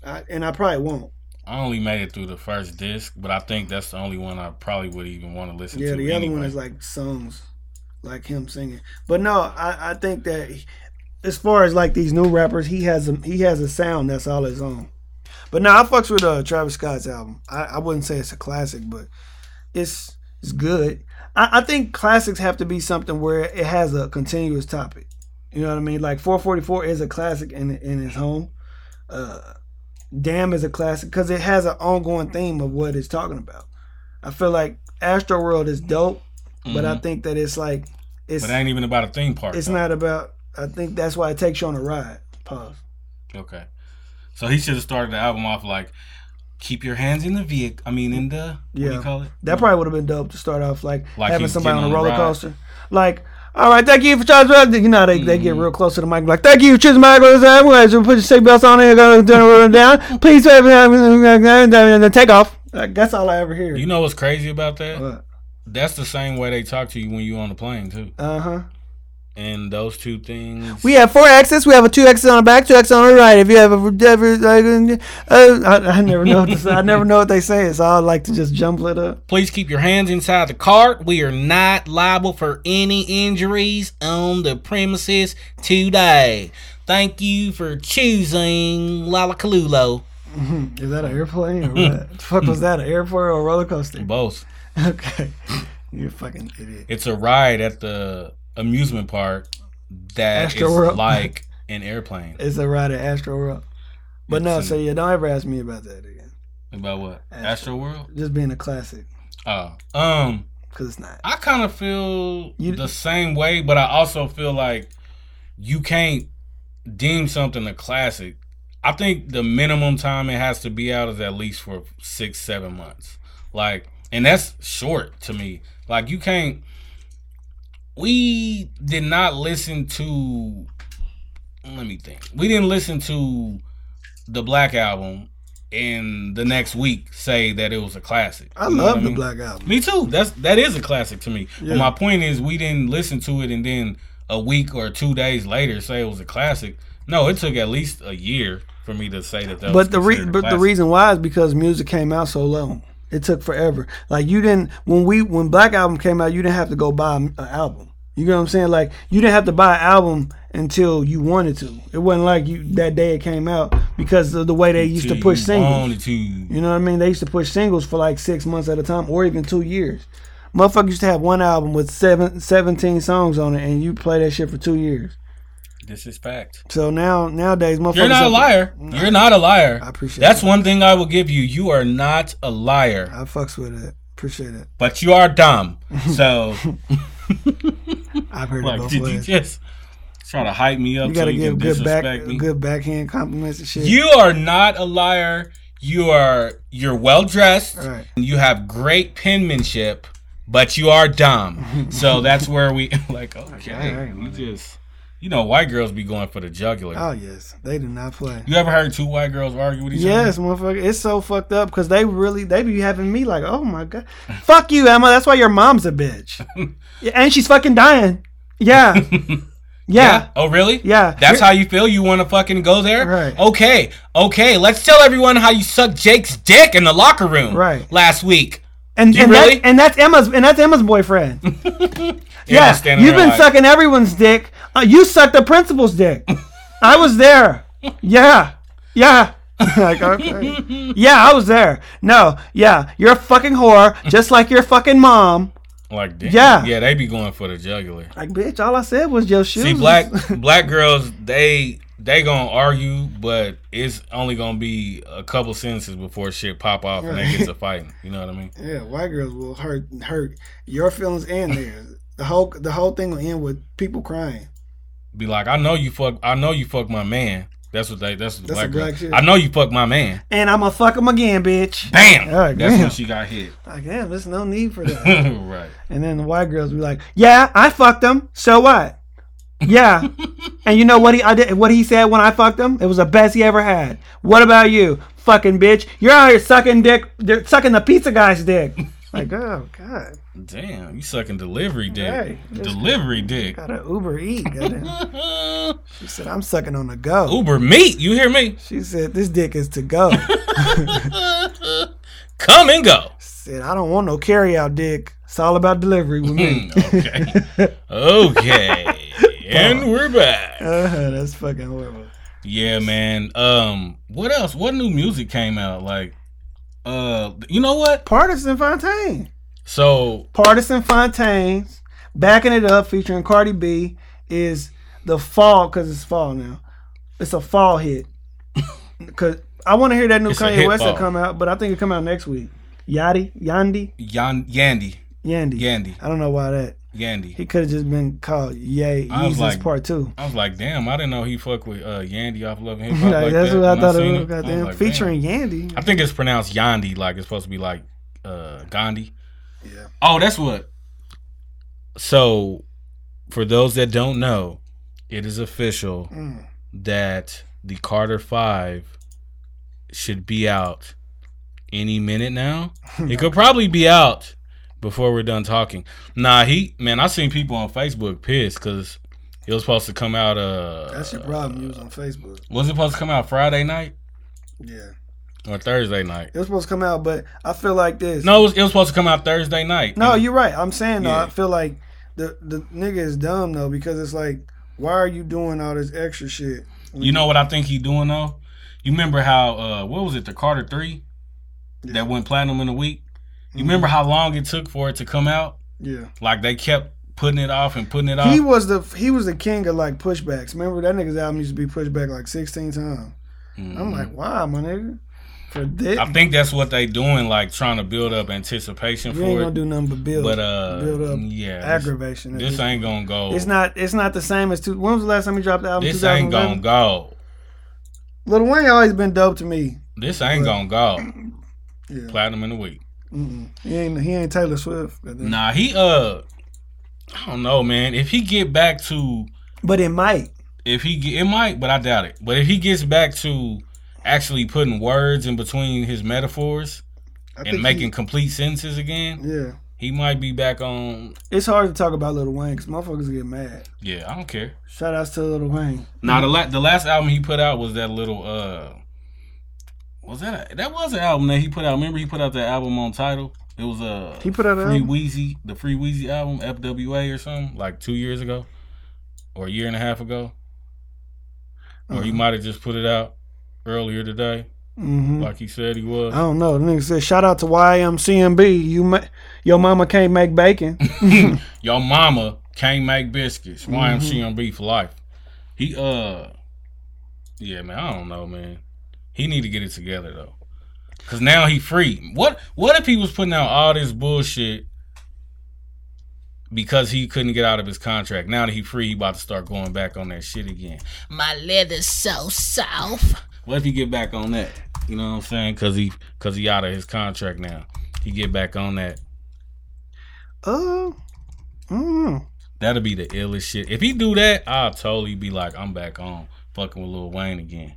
Speaker 2: I, and I probably won't.
Speaker 1: I only made it through the first disc, but I think that's the only one I probably would even want to listen
Speaker 2: yeah,
Speaker 1: to.
Speaker 2: the other one
Speaker 1: anyway.
Speaker 2: is like songs, like him singing. But no, I, I think that he- as far as like these new rappers, he has a he has a sound that's all his own. But no, I fucks with uh, Travis Scott's album. I, I wouldn't say it's a classic, but it's it's good. I, I think classics have to be something where it has a continuous topic. You know what I mean? Like 444 is a classic in in its home. Uh, Damn is a classic because it has an ongoing theme of what it's talking about. I feel like Astro World is dope, but I
Speaker 1: Mhm.
Speaker 2: think that it's like it's
Speaker 1: But it ain't even about a theme park.
Speaker 2: it's
Speaker 1: though.
Speaker 2: not about. I think that's why it takes you on a ride. Pause.
Speaker 1: Okay. So he should have started the album off like, keep your hands in the vehicle. I mean, in the. What do
Speaker 2: Yeah.
Speaker 1: you call it?
Speaker 2: That probably would have been dope to start off like,
Speaker 1: Mm. Like
Speaker 2: having
Speaker 1: he's
Speaker 2: somebody on
Speaker 1: getting
Speaker 2: a
Speaker 1: on the
Speaker 2: roller
Speaker 1: ride.
Speaker 2: coaster. Like, all right, thank you for charging. You know, how they, they get
Speaker 1: Mhm.
Speaker 2: real close to the mic. Like, thank you, cheers, Mike. Put your seatbelts on here. Go down, *laughs* down. Please uh, take off. Like, that's all I ever hear.
Speaker 1: You know what's crazy about that?
Speaker 2: uh Uh-huh.
Speaker 1: That's the same way they talk to you when you on the plane, too.
Speaker 2: huh.
Speaker 1: and those two things.
Speaker 2: We have four X's. We have a two X on the back, two X on the right. If you have a ever, like, uh, I, I never know. What to say. I never know what they say. So I like to just jumble it up.
Speaker 1: Please keep your hands inside the cart. We are not liable for any injuries on the premises today. Thank you for choosing Lalakalulo.
Speaker 2: *laughs* Is that an *laughs* airplane or what? Fuck was that an airport or a roller coaster?
Speaker 1: Both.
Speaker 2: *laughs* Okay, you fucking idiot.
Speaker 1: It's a ride at the amusement park that is
Speaker 2: Astroworld.
Speaker 1: like an airplane.
Speaker 2: It's a ride at Astro World. But no,
Speaker 1: It's
Speaker 2: so yeah, don't ever ask me about that again.
Speaker 1: About what? Astro
Speaker 2: Astro-
Speaker 1: World?
Speaker 2: Just being a classic,
Speaker 1: Oh. Um,
Speaker 2: cause it's not.
Speaker 1: I kind of feel
Speaker 2: You-
Speaker 1: the same way, but I also feel like you can't deem something a classic. I think the minimum time it has to be out is at least for six, seven months. Like, and that's short to me. Like, you can't. We did not listen to. Let me think. We didn't listen to the Black Album, and the next week say that it was a classic.
Speaker 2: I
Speaker 1: You know what
Speaker 2: love the
Speaker 1: mean?
Speaker 2: Black Album.
Speaker 1: Me too. That's that is a classic to me.
Speaker 2: Yeah.
Speaker 1: But my point is, we didn't listen to it and then a week or two days later say it was a classic. No, it took at least a year for me to say that. that was
Speaker 2: but the re-
Speaker 1: reason,
Speaker 2: but the reason why is because music came out so long. It took forever. Like you didn't when we when Black Album came out, you didn't have to go buy an album. You get what I'm saying? Like you didn't have to buy an album until you wanted to. It wasn't like you that day it came out because of the way they used to push singles.
Speaker 1: Only two.
Speaker 2: You know what I mean? They used to push singles for like six months at a time or even two years. Motherfucker used to have one album with seven, 17 songs on it, and you play that shit for two years.
Speaker 1: This is fact.
Speaker 2: So now nowadays, motherfuckers
Speaker 1: You're not a
Speaker 2: up-
Speaker 1: liar. You're not a liar.
Speaker 2: I appreciate
Speaker 1: That's
Speaker 2: that.
Speaker 1: one thing I will give you. You are not a liar,
Speaker 2: I fucks with it. Appreciate it.
Speaker 1: but you
Speaker 2: *laughs*
Speaker 1: are dumb. So,
Speaker 2: I've heard it
Speaker 1: like,
Speaker 2: both
Speaker 1: did you
Speaker 2: ways.
Speaker 1: just try to hype me up?
Speaker 2: You gotta
Speaker 1: so you
Speaker 2: give
Speaker 1: can
Speaker 2: good
Speaker 1: disrespect
Speaker 2: back,
Speaker 1: me?
Speaker 2: good backhand compliments and shit.
Speaker 1: You are not a liar. You are you're well dressed.
Speaker 2: Right.
Speaker 1: You have great penmanship, but you are dumb.
Speaker 2: *laughs*
Speaker 1: so that's where we *laughs* like okay.
Speaker 2: all right,
Speaker 1: you
Speaker 2: man.
Speaker 1: just you know white girls be going for the jugular.
Speaker 2: oh yes, they do not play.
Speaker 1: you ever heard two white girls argue with each
Speaker 2: Yes,
Speaker 1: other?
Speaker 2: motherfucker, it's so fucked up because they really they be having me like, oh my god, fuck you, Emma. That's why your mom's a
Speaker 1: *laughs*
Speaker 2: bitch, Yeah, and she's fucking dying. Yeah, yeah, yeah.
Speaker 1: Oh really? That's how you feel? You want to fucking go there?
Speaker 2: Right.
Speaker 1: Okay. Okay. Let's tell everyone how you sucked Jake's dick in the locker room.
Speaker 2: Right.
Speaker 1: Last week.
Speaker 2: and
Speaker 1: You
Speaker 2: and,
Speaker 1: really?
Speaker 2: that, and that's Emma's and that's Emma's
Speaker 1: *laughs*
Speaker 2: boyfriend.
Speaker 1: I
Speaker 2: Yeah,
Speaker 1: stand in
Speaker 2: you've
Speaker 1: her
Speaker 2: been
Speaker 1: eye.
Speaker 2: sucking everyone's dick. Uh, you sucked the principal's dick. I was there. Yeah, yeah. *laughs* like, okay. Yeah, I was there. No, yeah, you're a fucking whore, just like your fucking mom.
Speaker 1: Like damn.
Speaker 2: Yeah.
Speaker 1: Yeah. They be going for the jugular.
Speaker 2: Like, bitch, all I said was your shoes. *laughs*
Speaker 1: See, black black girls, they they gonna argue, but it's only gonna be a couple sentences before shit pop off and they get to fighting. You know what I mean?
Speaker 2: Yeah, white girls will hurt hurt your feelings and theirs. The whole the whole thing will end with people crying.
Speaker 1: Be like, I know you fuck, I know you fuck my man. That's what they. That's what the
Speaker 2: That's
Speaker 1: black
Speaker 2: a
Speaker 1: girl.
Speaker 2: black shit.
Speaker 1: I know you fuck my man.
Speaker 2: And I'm gonna fuck them again, bitch.
Speaker 1: Bam.
Speaker 2: All right,
Speaker 1: that's
Speaker 2: damn.
Speaker 1: when she got hit. *laughs*
Speaker 2: Like, damn, there's no need for that.
Speaker 1: right.
Speaker 2: And then the white girls be like, "Yeah, I fucked him. So what? Yeah." and you know what he I did, what he said when I fucked him? It was the best he ever had. What about you, fucking bitch? You're out here sucking dick, they're sucking the pizza guy's dick. like, oh god,
Speaker 1: Damn, you sucking delivery dick.
Speaker 2: Hey, that's-
Speaker 1: delivery dick.
Speaker 2: got an Uber Eat. goddamn. she said, "I'm sucking on the go."
Speaker 1: *laughs* Uber meat. You
Speaker 2: *laughs*
Speaker 1: hear me?
Speaker 2: She said, "This dick is to go."
Speaker 1: Come and go.
Speaker 2: said, "I don't want no carry out dick. It's all about delivery with me." *laughs*
Speaker 1: okay. Okay. and we're back.
Speaker 2: uh, that's fucking horrible.
Speaker 1: Yeah, man. Um, what else? What new music came out? Like, uh, you know what?
Speaker 2: Partisan Fontaine.
Speaker 1: So
Speaker 2: Partisan Fontaines, backing it up, featuring Cardi B, is the fall because it's fall now. It's a fall hit. *laughs* Cause I want to hear that new
Speaker 1: It's a
Speaker 2: Kanye
Speaker 1: hit
Speaker 2: West that
Speaker 1: fall.
Speaker 2: come out, but I think it come out next week. Yadi, Yandi,
Speaker 1: Yan- Yandy,
Speaker 2: Yandy.
Speaker 1: Yandy,
Speaker 2: I don't know why that.
Speaker 1: Yandy.
Speaker 2: He could have just been called Yay
Speaker 1: I was
Speaker 2: Yeezus
Speaker 1: like-
Speaker 2: Part Two.
Speaker 1: I was like, damn, I didn't know he fucked with uh Yandy off Love and Hip
Speaker 2: *laughs*
Speaker 1: Hop.
Speaker 2: Like,
Speaker 1: like
Speaker 2: that's
Speaker 1: that.
Speaker 2: what I
Speaker 1: When
Speaker 2: thought
Speaker 1: seen
Speaker 2: it was.
Speaker 1: it, I was
Speaker 2: Goddamn,
Speaker 1: like,
Speaker 2: featuring
Speaker 1: damn.
Speaker 2: Yandy.
Speaker 1: I think it's pronounced Yandy. Like it's supposed to be like uh Gandhi.
Speaker 2: Yeah.
Speaker 1: Oh, that's what. So, for those that don't know, it is official.
Speaker 2: Mm.
Speaker 1: that the Carter Five should be out any
Speaker 2: *laughs*
Speaker 1: minute now. It could probably be out before we're done talking. Nah, he man, I seen people on Facebook pissed because It was supposed to come out. Uh,
Speaker 2: That's your problem. You was on Facebook.
Speaker 1: was it supposed to come out Friday night
Speaker 2: Yeah.
Speaker 1: or Thursday night?
Speaker 2: It was supposed to come out, but I feel like this.
Speaker 1: No, it was, it was supposed to come out Thursday night.
Speaker 2: No, you're right. I'm saying though,
Speaker 1: Yeah.
Speaker 2: I feel like the the nigga is dumb though because it's like, why are you doing all this extra shit?
Speaker 1: You know what I think he doing though? You remember how uh what was it, the Carter Three
Speaker 2: Yeah. Mm-hmm.
Speaker 1: that went platinum in a week? You remember how long it took for it to come out?
Speaker 2: Yeah.
Speaker 1: Like they kept putting it off and putting it
Speaker 2: He
Speaker 1: off.
Speaker 2: was the he was the king of like pushbacks. Remember that nigga's album used to be pushed back like 16 times.
Speaker 1: Mm-hmm.
Speaker 2: I'm like, why, my nigga? For this,
Speaker 1: Mm. I think that's what they doing, like trying to build up anticipation
Speaker 2: you ain't
Speaker 1: for
Speaker 2: gonna
Speaker 1: it.
Speaker 2: do nothing but build,
Speaker 1: But uh,
Speaker 2: build up
Speaker 1: yeah, this,
Speaker 2: aggravation.
Speaker 1: this ain't gonna go.
Speaker 2: it's not it's not the same as two. When was the last time he dropped the album?
Speaker 1: this ain't gonna
Speaker 2: 2011?
Speaker 1: go.
Speaker 2: Lil Wayne always been dope to me.
Speaker 1: This ain't gonna go.
Speaker 2: Yeah.
Speaker 1: Platinum in a week.
Speaker 2: Mm-mm. He ain't he ain't Taylor Swift.
Speaker 1: Nah, he uh, I don't know, man. If he get back to
Speaker 2: But it might.
Speaker 1: if he get, it might, but I doubt it. But if he gets back to actually putting words in between his metaphors
Speaker 2: I think
Speaker 1: and
Speaker 2: he-
Speaker 1: making complete sentences again,
Speaker 2: yeah.
Speaker 1: he might be back on.
Speaker 2: It's hard to talk about Lil Wayne because motherfuckers get mad.
Speaker 1: Yeah, I don't care.
Speaker 2: Shout outs to Lil Wayne.
Speaker 1: Now the la- the last album he put out was that little uh, was that a, that was an album that he put out. Remember he put out that album on title. It was uh,
Speaker 2: He put out an
Speaker 1: Free
Speaker 2: album?
Speaker 1: Wheezy, the Free Wheezy album, FWA or something, like two years ago, or a year and a half ago, or
Speaker 2: Uh-huh.
Speaker 1: he might have just put it out earlier today,
Speaker 2: hmm
Speaker 1: like he said he was.
Speaker 2: I don't know. The nigga said, shout out to YMCMB. You ma- Your mama can't make
Speaker 1: *laughs*
Speaker 2: bacon.
Speaker 1: Your mama can't make biscuits. YMC on B for life. He uh, yeah, man. I don't know, man. He need to get it together though, cause now he free. What what if he was putting out all this bullshit because he couldn't get out of his contract? Now that he free, he about to start going back on that shit again. My leather's so soft. What if he get back on that? You know what I'm saying? Cause he cause he out of his contract now. He get back on that.
Speaker 2: Uh, mm,
Speaker 1: That'll be the illest shit. If he do that, I'll totally be like, I'm back on fucking with Lil Wayne again.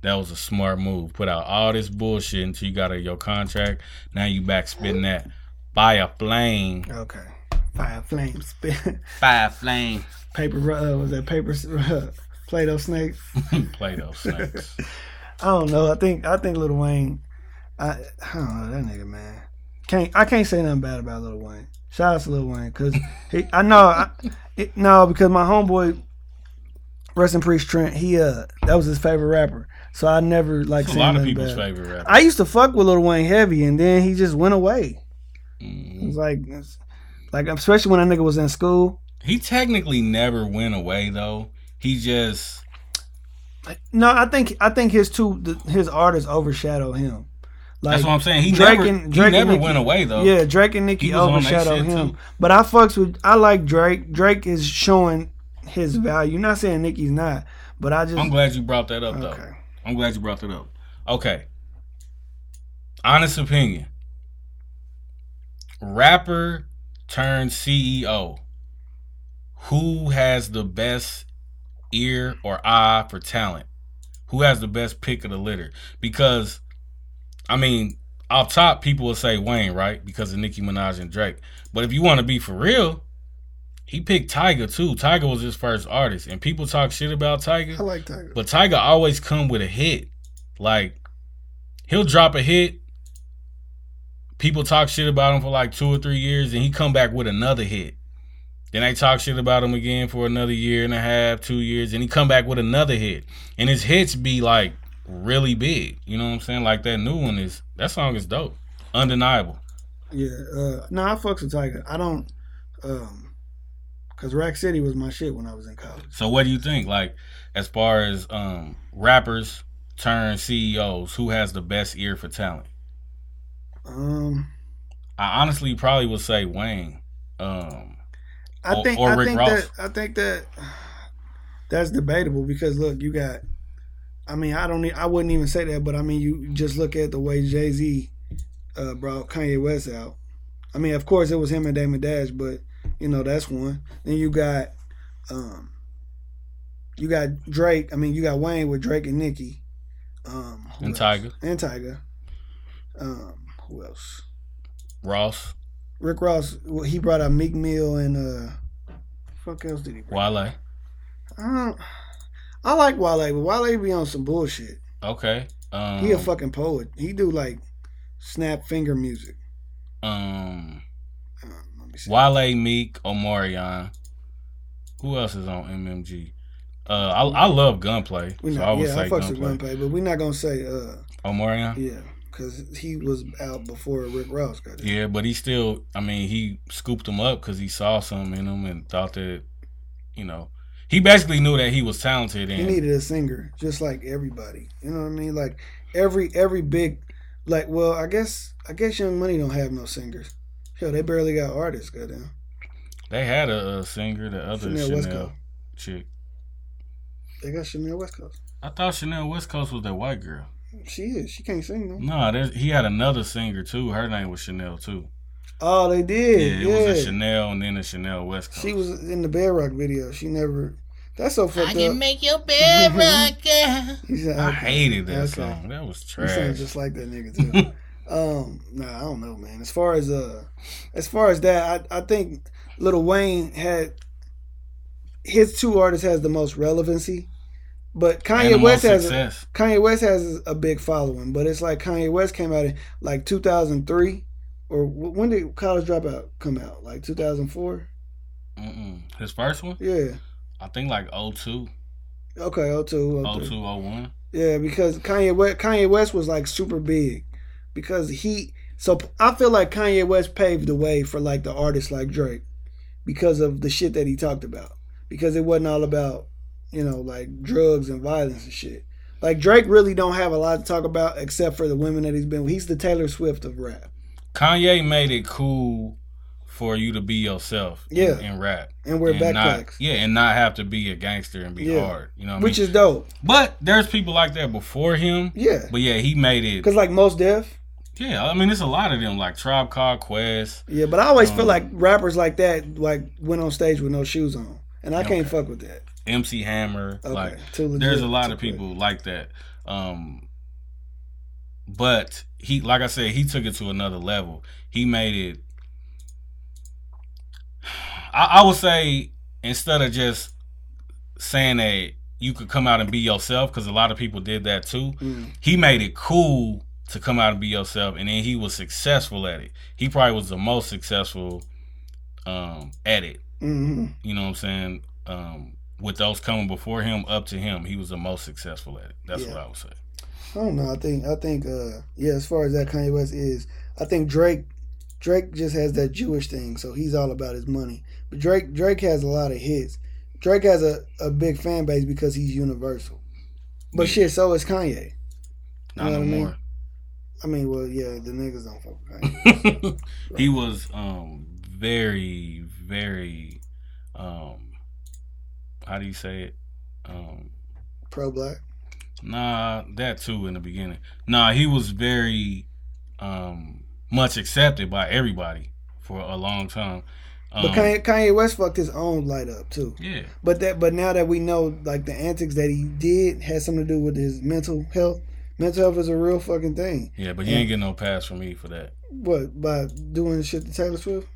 Speaker 1: That was a smart move. Put out all this bullshit until you got out of your contract. Now you back spitting that fire flame.
Speaker 2: okay. Fire flames. *laughs*
Speaker 1: Fire flame.
Speaker 2: paper, ru- uh, was that paper, uh, Play-Doh snakes?
Speaker 1: *laughs* Play
Speaker 2: *laughs*
Speaker 1: those snakes.
Speaker 2: I don't know. I think, I think Lil Wayne, I, I don't know, that nigga, man. Can't, I can't say nothing bad about Lil Wayne. Shout out to Lil Wayne, cause he, I know, I, it, no, because my homeboy, Rest in Peace Trent, he uh, that was his favorite rapper. So I never like
Speaker 1: It's a
Speaker 2: seen
Speaker 1: lot of
Speaker 2: nothing
Speaker 1: people's
Speaker 2: bad.
Speaker 1: favorite rapper.
Speaker 2: I used to fuck with Lil Wayne heavy, and then he just went away. It
Speaker 1: Mm.
Speaker 2: was like, it's- like especially when that nigga was in school.
Speaker 1: He technically never went away though. He just
Speaker 2: No, I think I think his two the, his artists overshadow him. Like
Speaker 1: that's what I'm saying. He
Speaker 2: Drake
Speaker 1: never
Speaker 2: and-
Speaker 1: he
Speaker 2: Drake and
Speaker 1: never
Speaker 2: Nicki.
Speaker 1: went away though.
Speaker 2: yeah, Drake and Nicki
Speaker 1: He was on that
Speaker 2: overshadow
Speaker 1: shit,
Speaker 2: him.
Speaker 1: too.
Speaker 2: But I fucks with I like Drake. Drake is showing his value. Not saying Nicki's not, but I just
Speaker 1: I'm glad you brought that up though.
Speaker 2: okay.
Speaker 1: I'm glad you brought that up. Okay. Honest opinion. Rapper turned CEO. Who has the best ear or eye for talent? Who has the best pick of the litter? Because, I mean, off top, people will say Wayne, right? Because of Nicki Minaj and Drake. But if you want to be for real, he picked Tiger too. Tiger was his first artist, and people talk shit about Tiger.
Speaker 2: I like Tiger.
Speaker 1: But Tiger always come with a hit. Like he'll drop a hit. People talk shit about him for like two or three years, and he come back with another hit. Then they talk shit about him again for another year and a half, two years, and he come back with another hit. And his hits be like really big. You know what I'm saying? Like that new one is that song is dope. Undeniable.
Speaker 2: Yeah, uh, no, I fucks with Tiger. I don't, um, cause Rack City was my shit when I was in college.
Speaker 1: So what do you think? Like as far as um rappers turn CEOs, who has the best ear for talent?
Speaker 2: Um,
Speaker 1: I honestly probably would say Wayne. Um,
Speaker 2: I
Speaker 1: Or-
Speaker 2: think
Speaker 1: or
Speaker 2: I
Speaker 1: Rick
Speaker 2: think
Speaker 1: Ross.
Speaker 2: that I think that that's debatable because look, you got. I mean, I don't. e- I wouldn't even say that, but I mean, you just look at the way Jay Z uh, brought Kanye West out. I mean, of course, it was him and Damon Dash, but you know that's one. Then you got, um, you got Drake. I mean, you got Wayne with Drake and Nicki, um, who
Speaker 1: And
Speaker 2: else?
Speaker 1: Tiger.
Speaker 2: and Tiger. Um, who else?
Speaker 1: Ross,
Speaker 2: Rick Ross, well, he brought out Meek Mill and uh, fuck else did he bring?
Speaker 1: Wale.
Speaker 2: I, don't- I like Wale, but Wale be on some bullshit.
Speaker 1: Okay. Um,
Speaker 2: He a fucking poet. He do like snap finger music.
Speaker 1: um,
Speaker 2: Uh, let me see.
Speaker 1: Wale, Meek, Omarion. Who else is on MMG? Uh, I, I love Gunplay,
Speaker 2: We
Speaker 1: so
Speaker 2: not,
Speaker 1: I would
Speaker 2: yeah,
Speaker 1: say
Speaker 2: I fucks with
Speaker 1: Gunplay.
Speaker 2: Gunplay, but we're not gonna say uh
Speaker 1: Omarion.
Speaker 2: yeah, because he was out before Rick Ross got it.
Speaker 1: Yeah, but he still. I mean, he scooped him up because he saw some in him and thought that, you know, he basically knew that he was talented
Speaker 2: He
Speaker 1: and
Speaker 2: needed a singer, just like everybody. You know what I mean? Like every every big, like well, I guess I guess Young Money don't have no singers. Hell, they barely got artists. Goddamn.
Speaker 1: they had a, uh singer, the other
Speaker 2: Chanel
Speaker 1: Chanel,
Speaker 2: West Coast.
Speaker 1: chick.
Speaker 2: They got Chanel West Coast.
Speaker 1: I thought Chanel West Coast was that white girl.
Speaker 2: She is. She can't sing no.
Speaker 1: No, there's- he had another singer too. Her name was Chanel too.
Speaker 2: Oh, they
Speaker 1: Yeah,
Speaker 2: did.
Speaker 1: it
Speaker 2: Yeah,
Speaker 1: was a Chanel and then a Chanel West Coast.
Speaker 2: she was in the Bedrock video. She never. That's so fucked
Speaker 3: I
Speaker 2: up.
Speaker 3: can make your bed rock, girl.
Speaker 2: He said,
Speaker 1: I
Speaker 2: okay.
Speaker 1: hated that
Speaker 2: Okay.
Speaker 1: song. That was
Speaker 2: You sound
Speaker 1: trash.
Speaker 2: just like that nigga too.
Speaker 1: *laughs*
Speaker 2: um, nah, I don't know, man. As far as uh, as far as that, I I think Little Wayne had his two artists has the most relevancy, but
Speaker 1: And the
Speaker 2: Kanye
Speaker 1: most
Speaker 2: West has a,
Speaker 1: success.
Speaker 2: Kanye West has a big following. But it's like Kanye West came out in like 2003, or wh- when did College Dropout come out? Like 2004?
Speaker 1: Mm-mm. His first one,
Speaker 2: Yeah.
Speaker 1: I think, like 02,
Speaker 2: Okay, 02, 03.
Speaker 1: 02, 01.
Speaker 2: Yeah, because Kanye West, Kanye West was like super big because he. So I feel like Kanye West paved the way for like the artists like Drake because of the shit that he talked about. Because it wasn't all about, you know, like drugs and violence and shit. Like Drake really don't have a lot to talk about except for the women that he's been with. He's the Taylor Swift of rap.
Speaker 1: Kanye made it cool for you to be yourself. in-
Speaker 2: Yeah.
Speaker 1: in, rap.
Speaker 2: And we're
Speaker 1: and not,
Speaker 2: backpacks.
Speaker 1: yeah, and not have to be a gangster and be
Speaker 2: Yeah.
Speaker 1: hard. You know what I mean?
Speaker 2: Which is dope.
Speaker 1: but there's people like that before him.
Speaker 2: Yeah.
Speaker 1: But yeah, he made it.
Speaker 2: Cause like most deaf.
Speaker 1: Yeah, I mean, it's a lot of them like Tribe Called Quest.
Speaker 2: Yeah, but I always feel
Speaker 1: Um,
Speaker 2: like rappers like that like went on stage with no shoes on. And I can't
Speaker 1: Okay.
Speaker 2: fuck with that.
Speaker 1: MC Hammer.
Speaker 2: Okay.
Speaker 1: Like
Speaker 2: too legit,
Speaker 1: there's a lot
Speaker 2: too
Speaker 1: of
Speaker 2: quick.
Speaker 1: people like that. Um but he like I said, he took it to another level. He made it *sighs* I, I would say instead of just saying that you could come out and be yourself, because a lot of people did that too.
Speaker 2: Mm.
Speaker 1: He made it cool to come out and be yourself, and then he was successful at it. He probably was the most successful um, at it.
Speaker 2: hmm
Speaker 1: you know what I'm saying? Um, with those coming before him, up to him, he was the most successful at it. That's
Speaker 2: Yeah.
Speaker 1: what I would say.
Speaker 2: I don't know. I think I think uh yeah, as far as that Kanye West is, I think Drake Drake just has that Jewish thing, so he's all about his money. But Drake Drake has a lot of hits. Drake has a, a big fan base because he's universal. But
Speaker 1: Yeah.
Speaker 2: shit, so is Kanye. know
Speaker 1: Not no
Speaker 2: what
Speaker 1: more.
Speaker 2: I mean, well, yeah, the niggas don't fuck with Kanye.
Speaker 1: *laughs* he was um, very, very. Um, how do you say it? Um,
Speaker 2: Pro black.
Speaker 1: nah, that too in the beginning. Nah, he was very um, much accepted by everybody for a long time. Um,
Speaker 2: But Kanye, Kanye West fucked his own light up too.
Speaker 1: yeah,
Speaker 2: But that but now that we know like the antics that he did had something to do with his mental health. Mental health is a real fucking thing.
Speaker 1: yeah, but you ain't getting no pass from me for that.
Speaker 2: What by doing shit to Taylor Swift?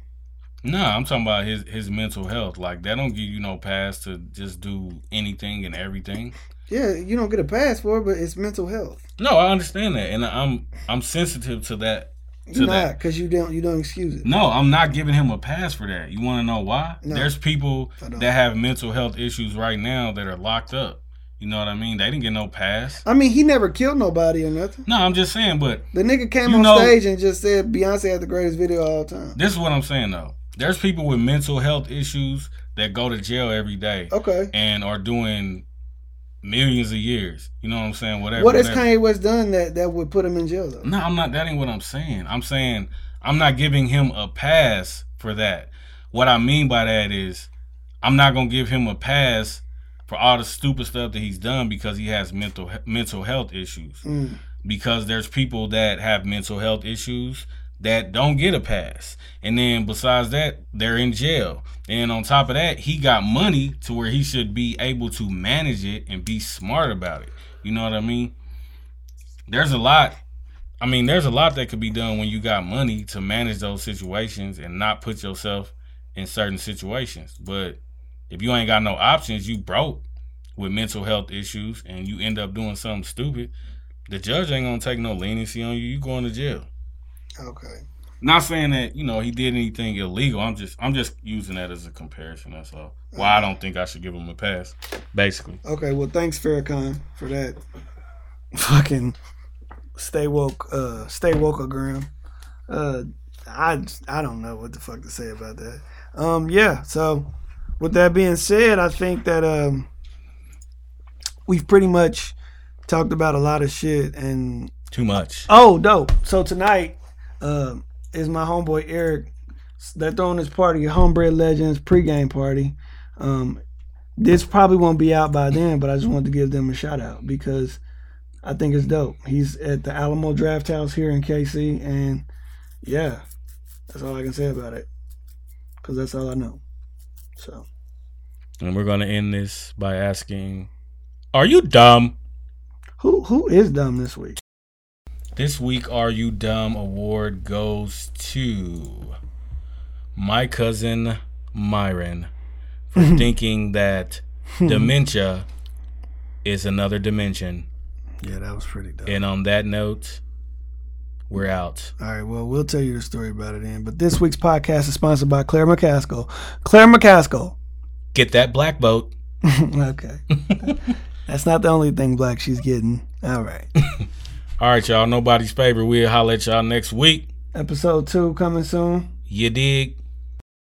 Speaker 1: No, I'm talking about his his mental health. Like that don't give you no pass to just do anything and everything.
Speaker 2: Yeah, you don't get a pass for it, but it's mental health.
Speaker 1: No, I understand that, and I'm I'm sensitive to that. To
Speaker 2: You're not
Speaker 1: that.
Speaker 2: because you don't you don't excuse it.
Speaker 1: No, I'm not giving him a pass for that. You want to know why?
Speaker 2: No.
Speaker 1: There's people
Speaker 2: I don't.
Speaker 1: that have mental health issues right now that are locked up. You know what I mean? They didn't get no pass.
Speaker 2: I mean, he never killed nobody or nothing.
Speaker 1: No, I'm just saying, but
Speaker 2: The nigga came
Speaker 1: You
Speaker 2: on
Speaker 1: know-
Speaker 2: stage and just said Beyonce had the greatest video of all time.
Speaker 1: this is what I'm saying though. There's people with mental health issues that go to jail every day
Speaker 2: Okay,
Speaker 1: and are doing millions of years. You know what I'm saying? Whatever.
Speaker 2: what has
Speaker 1: whatever.
Speaker 2: Kanye West done that that would put him in jail though?
Speaker 1: No, I'm not. That ain't what I'm saying. I'm saying I'm not giving him a pass for that. What I mean by that is I'm not gonna give him a pass for all the stupid stuff that he's done because he has mental mental health issues.
Speaker 2: Mm.
Speaker 1: Because there's people that have mental health issues that don't get a pass, and then besides that, they're in jail. And on top of that, he got money to where he should be able to manage it and be smart about it. You know what I mean? There's a lot I mean, there's a lot that could be done when you got money to manage those situations and not put yourself in certain situations. But if you ain't got no options, you broke with mental health issues and you end up doing something stupid, the judge ain't gonna take no leniency on you. You going to jail.
Speaker 2: Okay.
Speaker 1: Not saying that, you know, he did anything illegal. I'm just I'm just using that as a comparison, that's all. Why I don't think I should give him a pass, basically.
Speaker 2: Okay, well, thanks Farrakhan for that fucking stay woke, uh, stay wokeogram. Uh, I I don't know what the fuck to say about that. Um, yeah. So, with that being said, I think that um, we've pretty much talked about a lot of shit. And
Speaker 1: Too much.
Speaker 2: oh, dope. So tonight um is my homeboy Eric. They're throwing this party, Homebred Legends pregame party. Um, this probably won't be out by then, but I just wanted to give them a shout out because I think it's dope. He's at the Alamo Draft House here in KC, and yeah, that's all I can say about it because that's all I know. So
Speaker 1: And we're gonna end this by asking Are you dumb?
Speaker 2: who who is dumb this week?
Speaker 1: This week Are You Dumb award goes to my cousin Myron for thinking that dementia is another dimension.
Speaker 2: Yeah, that was pretty dumb.
Speaker 1: And on that note, we're out.
Speaker 2: All right, well, we'll tell you the story about it then. But this week's podcast is sponsored by Claire McCaskill. Claire McCaskill. *laughs*
Speaker 1: Get that black boat.
Speaker 2: okay. That's not the only thing black she's getting. All right.
Speaker 1: All right, y'all. Nobody's favorite. We'll holler at y'all next week.
Speaker 2: Episode two coming soon.
Speaker 1: You dig?